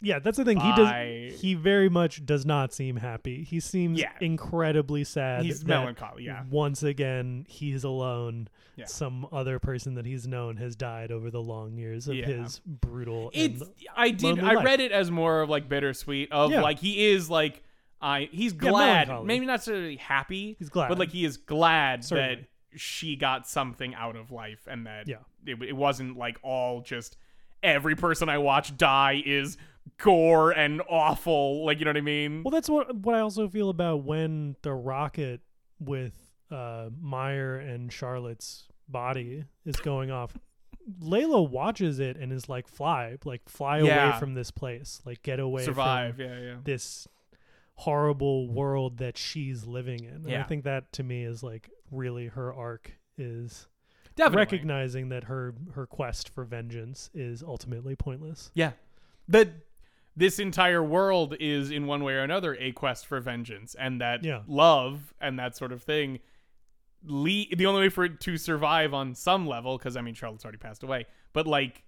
Speaker 2: yeah, that's the thing. He
Speaker 1: Bye.
Speaker 2: does. He very much does not seem happy. He seems
Speaker 1: Yeah.
Speaker 2: incredibly sad.
Speaker 1: He's
Speaker 2: that
Speaker 1: melancholy. Yeah.
Speaker 2: Once again, he's alone.
Speaker 1: Yeah.
Speaker 2: Some other person that he's known has died over the long years of
Speaker 1: Yeah.
Speaker 2: his brutal.
Speaker 1: It's
Speaker 2: and,
Speaker 1: I did
Speaker 2: lonely
Speaker 1: I
Speaker 2: life.
Speaker 1: read it as more of like bittersweet of
Speaker 2: Yeah.
Speaker 1: like he is like I he's glad
Speaker 2: melancholy.
Speaker 1: maybe not necessarily happy
Speaker 2: He's glad.
Speaker 1: but like he is glad
Speaker 2: Certainly.
Speaker 1: that she got something out of life and that
Speaker 2: Yeah.
Speaker 1: it, it wasn't like all just every person I watch die is gore and awful like you know what I mean
Speaker 2: Well, that's what what I also feel about when the rocket with uh, Meyer and Charlotte's body is going off. Layla watches it and is like, "Fly, like fly
Speaker 1: Yeah.
Speaker 2: away from this place, like get away, from
Speaker 1: survive yeah yeah
Speaker 2: this horrible world that she's living in." And I
Speaker 1: Yeah.
Speaker 2: think that to me is like really her arc is
Speaker 1: definitely
Speaker 2: recognizing that her her quest for vengeance is ultimately pointless.
Speaker 1: yeah that this entire world is in one way or another a quest for vengeance and that
Speaker 2: Yeah.
Speaker 1: love and that sort of thing le- the only way for it to survive on some level because i mean charlotte's already passed away but like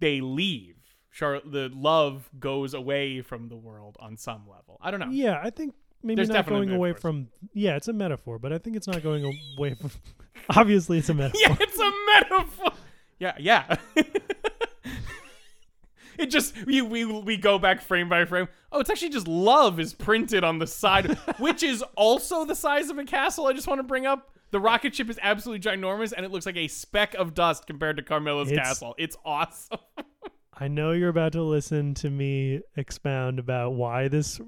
Speaker 1: they leave Char- the love goes away from the world on some level i don't know
Speaker 2: Yeah, I think maybe
Speaker 1: There's
Speaker 2: not
Speaker 1: definitely
Speaker 2: going away
Speaker 1: metaphors.
Speaker 2: from. Yeah, it's a metaphor, but I think it's not going away from. Obviously, it's a metaphor.
Speaker 1: yeah it's a metaphor yeah yeah it just we, we we go back frame by frame oh it's actually just love is printed on the side which is also the size of a castle i just want to bring up the rocket ship is absolutely ginormous and it looks like a speck of dust compared to carmilla's
Speaker 2: It's-
Speaker 1: castle it's awesome
Speaker 2: I know you're about to listen to me expound about why this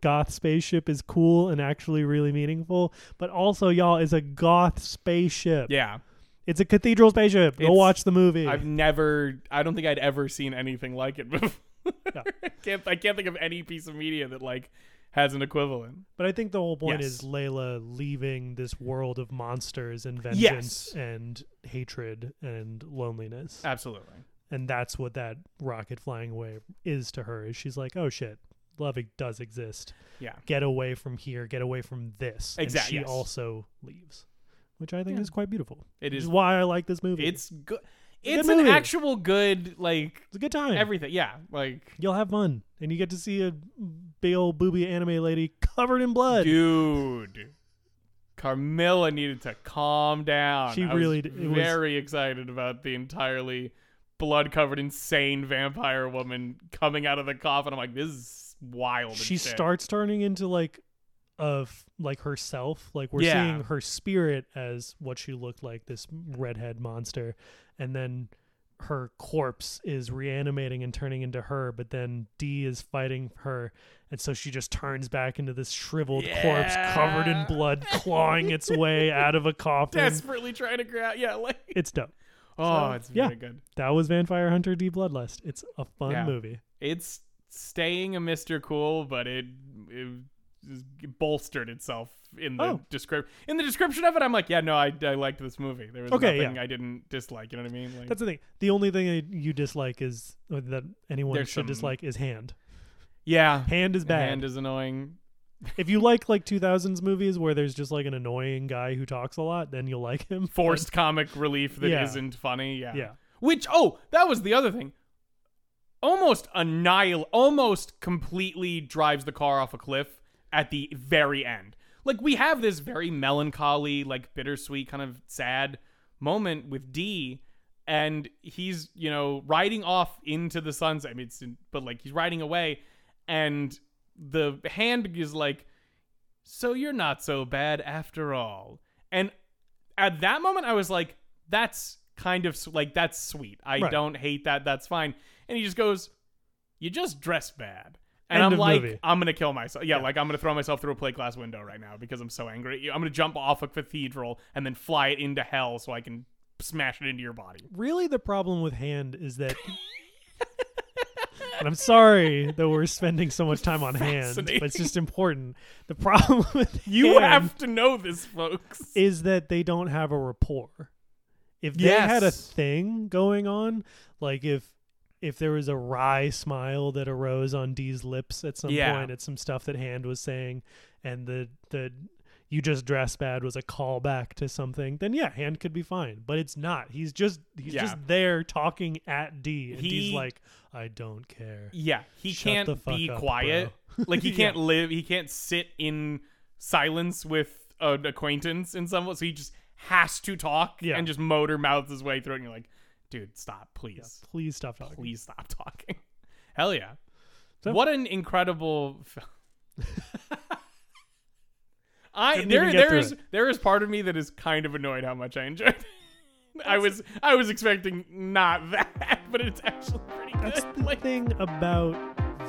Speaker 2: goth spaceship is cool and actually really meaningful, but also, y'all, is a goth spaceship.
Speaker 1: yeah
Speaker 2: It's a cathedral spaceship. Go
Speaker 1: It's-
Speaker 2: watch the movie.
Speaker 1: i've never i don't think i'd ever seen anything like it before I, can't, I can't think of any piece of media that like has an equivalent
Speaker 2: But I think the whole point
Speaker 1: Yes.
Speaker 2: is Layla leaving this world of monsters and vengeance
Speaker 1: Yes.
Speaker 2: and hatred and loneliness.
Speaker 1: absolutely
Speaker 2: and that's what that rocket flying away is to her is she's like oh shit love e- does exist
Speaker 1: yeah
Speaker 2: get away from here get away from this And
Speaker 1: Exact-
Speaker 2: she
Speaker 1: yes.
Speaker 2: also leaves which i think
Speaker 1: Yeah.
Speaker 2: is quite beautiful
Speaker 1: it
Speaker 2: which
Speaker 1: is
Speaker 2: is why i like this movie
Speaker 1: It's good.
Speaker 2: good
Speaker 1: It's an
Speaker 2: movie.
Speaker 1: actual good like
Speaker 2: It's a good time
Speaker 1: everything. Yeah, like
Speaker 2: you'll have fun and you get to see a big old booby anime lady covered in blood
Speaker 1: dude, Carmilla needed to calm down.
Speaker 2: She
Speaker 1: I was
Speaker 2: really d- it was-
Speaker 1: very excited about the entirely blood covered insane vampire woman coming out of the coffin. I'm like, this is wild. and
Speaker 2: she
Speaker 1: shit.
Speaker 2: starts turning into like of like herself like we're
Speaker 1: Yeah.
Speaker 2: seeing her spirit as what she looked like this redhead monster and then her corpse is reanimating and turning into her but then d is fighting her and so she just turns back into this shriveled corpse covered in
Speaker 1: Yeah.
Speaker 2: blood clawing its way out of a coffin
Speaker 1: desperately trying to grab. Yeah, like
Speaker 2: it's dope
Speaker 1: oh, it's
Speaker 2: yeah.
Speaker 1: very good.
Speaker 2: that was vampire hunter d bloodlust it's a fun
Speaker 1: Yeah.
Speaker 2: movie
Speaker 1: It's staying a Mr. Cool, but it, it just bolstered itself in the
Speaker 2: Oh.
Speaker 1: description. In the description of it, I'm like, yeah, no, I, I liked this movie. There was
Speaker 2: Okay,
Speaker 1: nothing I didn't dislike. You know what I mean? Like,
Speaker 2: that's the thing the only thing that you dislike is or that anyone
Speaker 1: There's
Speaker 2: should
Speaker 1: some-
Speaker 2: dislike is hand
Speaker 1: yeah,
Speaker 2: Hand is bad.
Speaker 1: Hand is annoying.
Speaker 2: if you like like 2000s movies where there's just like an annoying guy who talks a lot, then you'll like him.
Speaker 1: Forced comic relief that
Speaker 2: Yeah.
Speaker 1: not funny. Yeah.
Speaker 2: But- yeah.
Speaker 1: Which oh, that was the other thing. Almost annihil, almost completely drives the car off a cliff at the very end. Like we have this very melancholy, like bittersweet, kind of sad moment with D, and he's you know riding off into the sunset. I mean, it's in, but like he's riding away, and the hand is like, "So you're not so bad after all." And at that moment, I was like, "That's kind of s- like that's sweet. I
Speaker 2: Right.
Speaker 1: don't hate that. That's fine." And he just goes, "You just dress bad." And
Speaker 2: End
Speaker 1: I'm
Speaker 2: of
Speaker 1: like,
Speaker 2: movie.
Speaker 1: I'm gonna kill myself. Yeah, like I'm gonna throw myself through a plate glass window right now because I'm so angry. at you. I'm gonna jump off a cathedral and then fly it into hell so I can smash it into your body.
Speaker 2: Really, the problem with Hand is that. and I'm sorry that we're spending so much time on Hand, but it's just important. The problem with
Speaker 1: You
Speaker 2: Hand
Speaker 1: have to know this, folks.
Speaker 2: is that they don't have a rapport. If they had a
Speaker 1: Yes.
Speaker 2: thing going on, like if if there was a wry smile that arose on Dee's lips at some
Speaker 1: Yeah.
Speaker 2: point at some stuff that Hand was saying, and the the you just dress bad was a callback to something, then yeah, hand could be fine. But it's not. He's just he's
Speaker 1: Yeah.
Speaker 2: just there talking at D, and
Speaker 1: He-
Speaker 2: D's like, I don't care.
Speaker 1: Yeah, he
Speaker 2: Shut the
Speaker 1: can't
Speaker 2: fuck
Speaker 1: be
Speaker 2: up,
Speaker 1: quiet. Like he
Speaker 2: Yeah.
Speaker 1: can't live. He can't sit in silence with an acquaintance in some. So he just has to talk
Speaker 2: Yeah.
Speaker 1: and just motor mouth his way through. It. And you're like, dude, stop, please,
Speaker 2: Please stop talking.
Speaker 1: please stop talking. Hell yeah!
Speaker 2: So-
Speaker 1: what an incredible. film. I
Speaker 2: Couldn't
Speaker 1: there
Speaker 2: even get
Speaker 1: there
Speaker 2: through
Speaker 1: is there is part of me that is kind of annoyed how much I enjoyed. it. I was I was expecting not that, but it's actually pretty good.
Speaker 2: That's the
Speaker 1: Like-
Speaker 2: thing about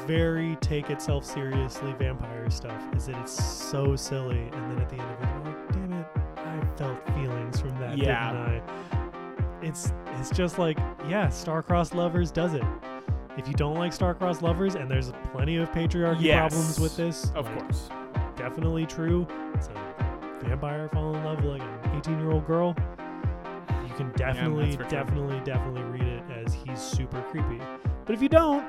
Speaker 2: very take itself seriously vampire stuff is that it's so silly, and then at the end of it, I'm like, damn it, I felt feelings from that,
Speaker 1: Yeah.
Speaker 2: didn't I? It's it's just like, yeah, star-crossed lovers does it. If you don't like star-crossed lovers, and there's plenty of patriarchy problems
Speaker 1: Yes,
Speaker 2: with this,
Speaker 1: Of
Speaker 2: like,
Speaker 1: course.
Speaker 2: definitely true. It's a vampire falling in love with like an 18 year old girl. You can definitely,
Speaker 1: for sure.
Speaker 2: definitely, definitely read it as he's super creepy. But if you don't,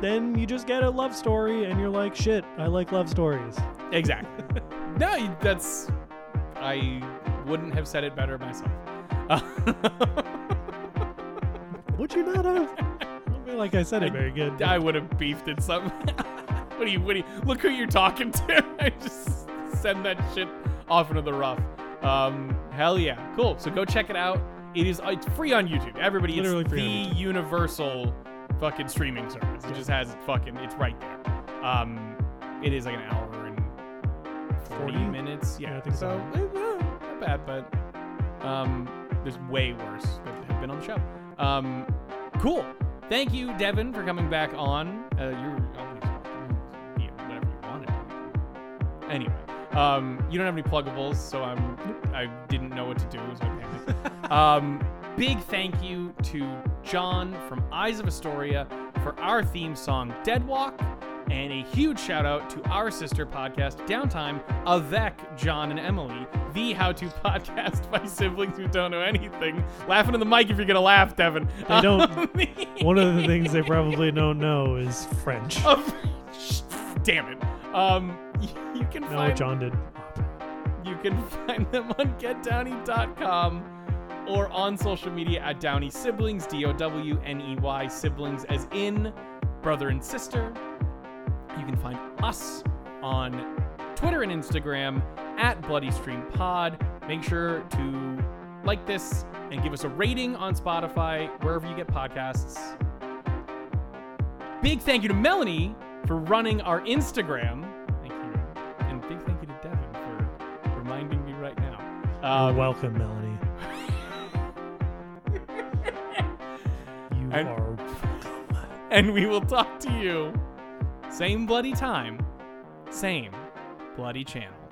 Speaker 2: then you just get a love story and you're like, shit, I like love stories.
Speaker 1: Exactly. no, you- that's. I wouldn't have said it better myself.
Speaker 2: Would you not have? I don't feel like I said it very good.
Speaker 1: I would have beefed it some. what do you? What do you? Look who you're talking to. I just send that shit off into the rough. Um, hell yeah, cool. So go check it out. It is uh, it's free on YouTube. Everybody,
Speaker 2: Literally
Speaker 1: it's
Speaker 2: free on
Speaker 1: the
Speaker 2: YouTube.
Speaker 1: universal fucking streaming service. It
Speaker 2: Yeah.
Speaker 1: just has it fucking. It's right there. Um, it is like an hour and 40,
Speaker 2: 40?
Speaker 1: minutes. Yeah,
Speaker 2: Yeah, I think so.
Speaker 1: eh, eh, not bad, but um, there's way worse that have been on the show. Um, cool. Thank you, Devin, for coming back on. Uh, you're always welcome. You can be whatever you wanted. Anyway, um, you don't have any pluggables, so I'm I didn't know what to do. So I'm happy. um, big thank you to John from Eyes of Astoria for our theme song Dead Walk, and a huge shout out to our sister podcast Downtime, Avec John and Emily, the how-to podcast by siblings who don't know anything. Laughing at the mic if you're gonna laugh, Devin.
Speaker 2: They don't.
Speaker 1: Um,
Speaker 2: One of the things they probably don't know is French.
Speaker 1: of damn it. Um, you, you can
Speaker 2: No,
Speaker 1: find
Speaker 2: John did.
Speaker 1: you can find them on getdowny.com or on social media at Downey Siblings, D O W N E Y siblings, as in brother and sister. You can find us on Twitter and Instagram at Bloody Stream Pod. Make sure to like this and give us a rating on Spotify, wherever you get podcasts. Big thank you to Melanie for running our Instagram. Thank you. And big thank you to Devin for reminding me right now.
Speaker 2: Uh,
Speaker 1: Um,
Speaker 2: welcome, Melanie. you
Speaker 1: And-
Speaker 2: are
Speaker 1: and we will talk to you same bloody time, same bloody channel.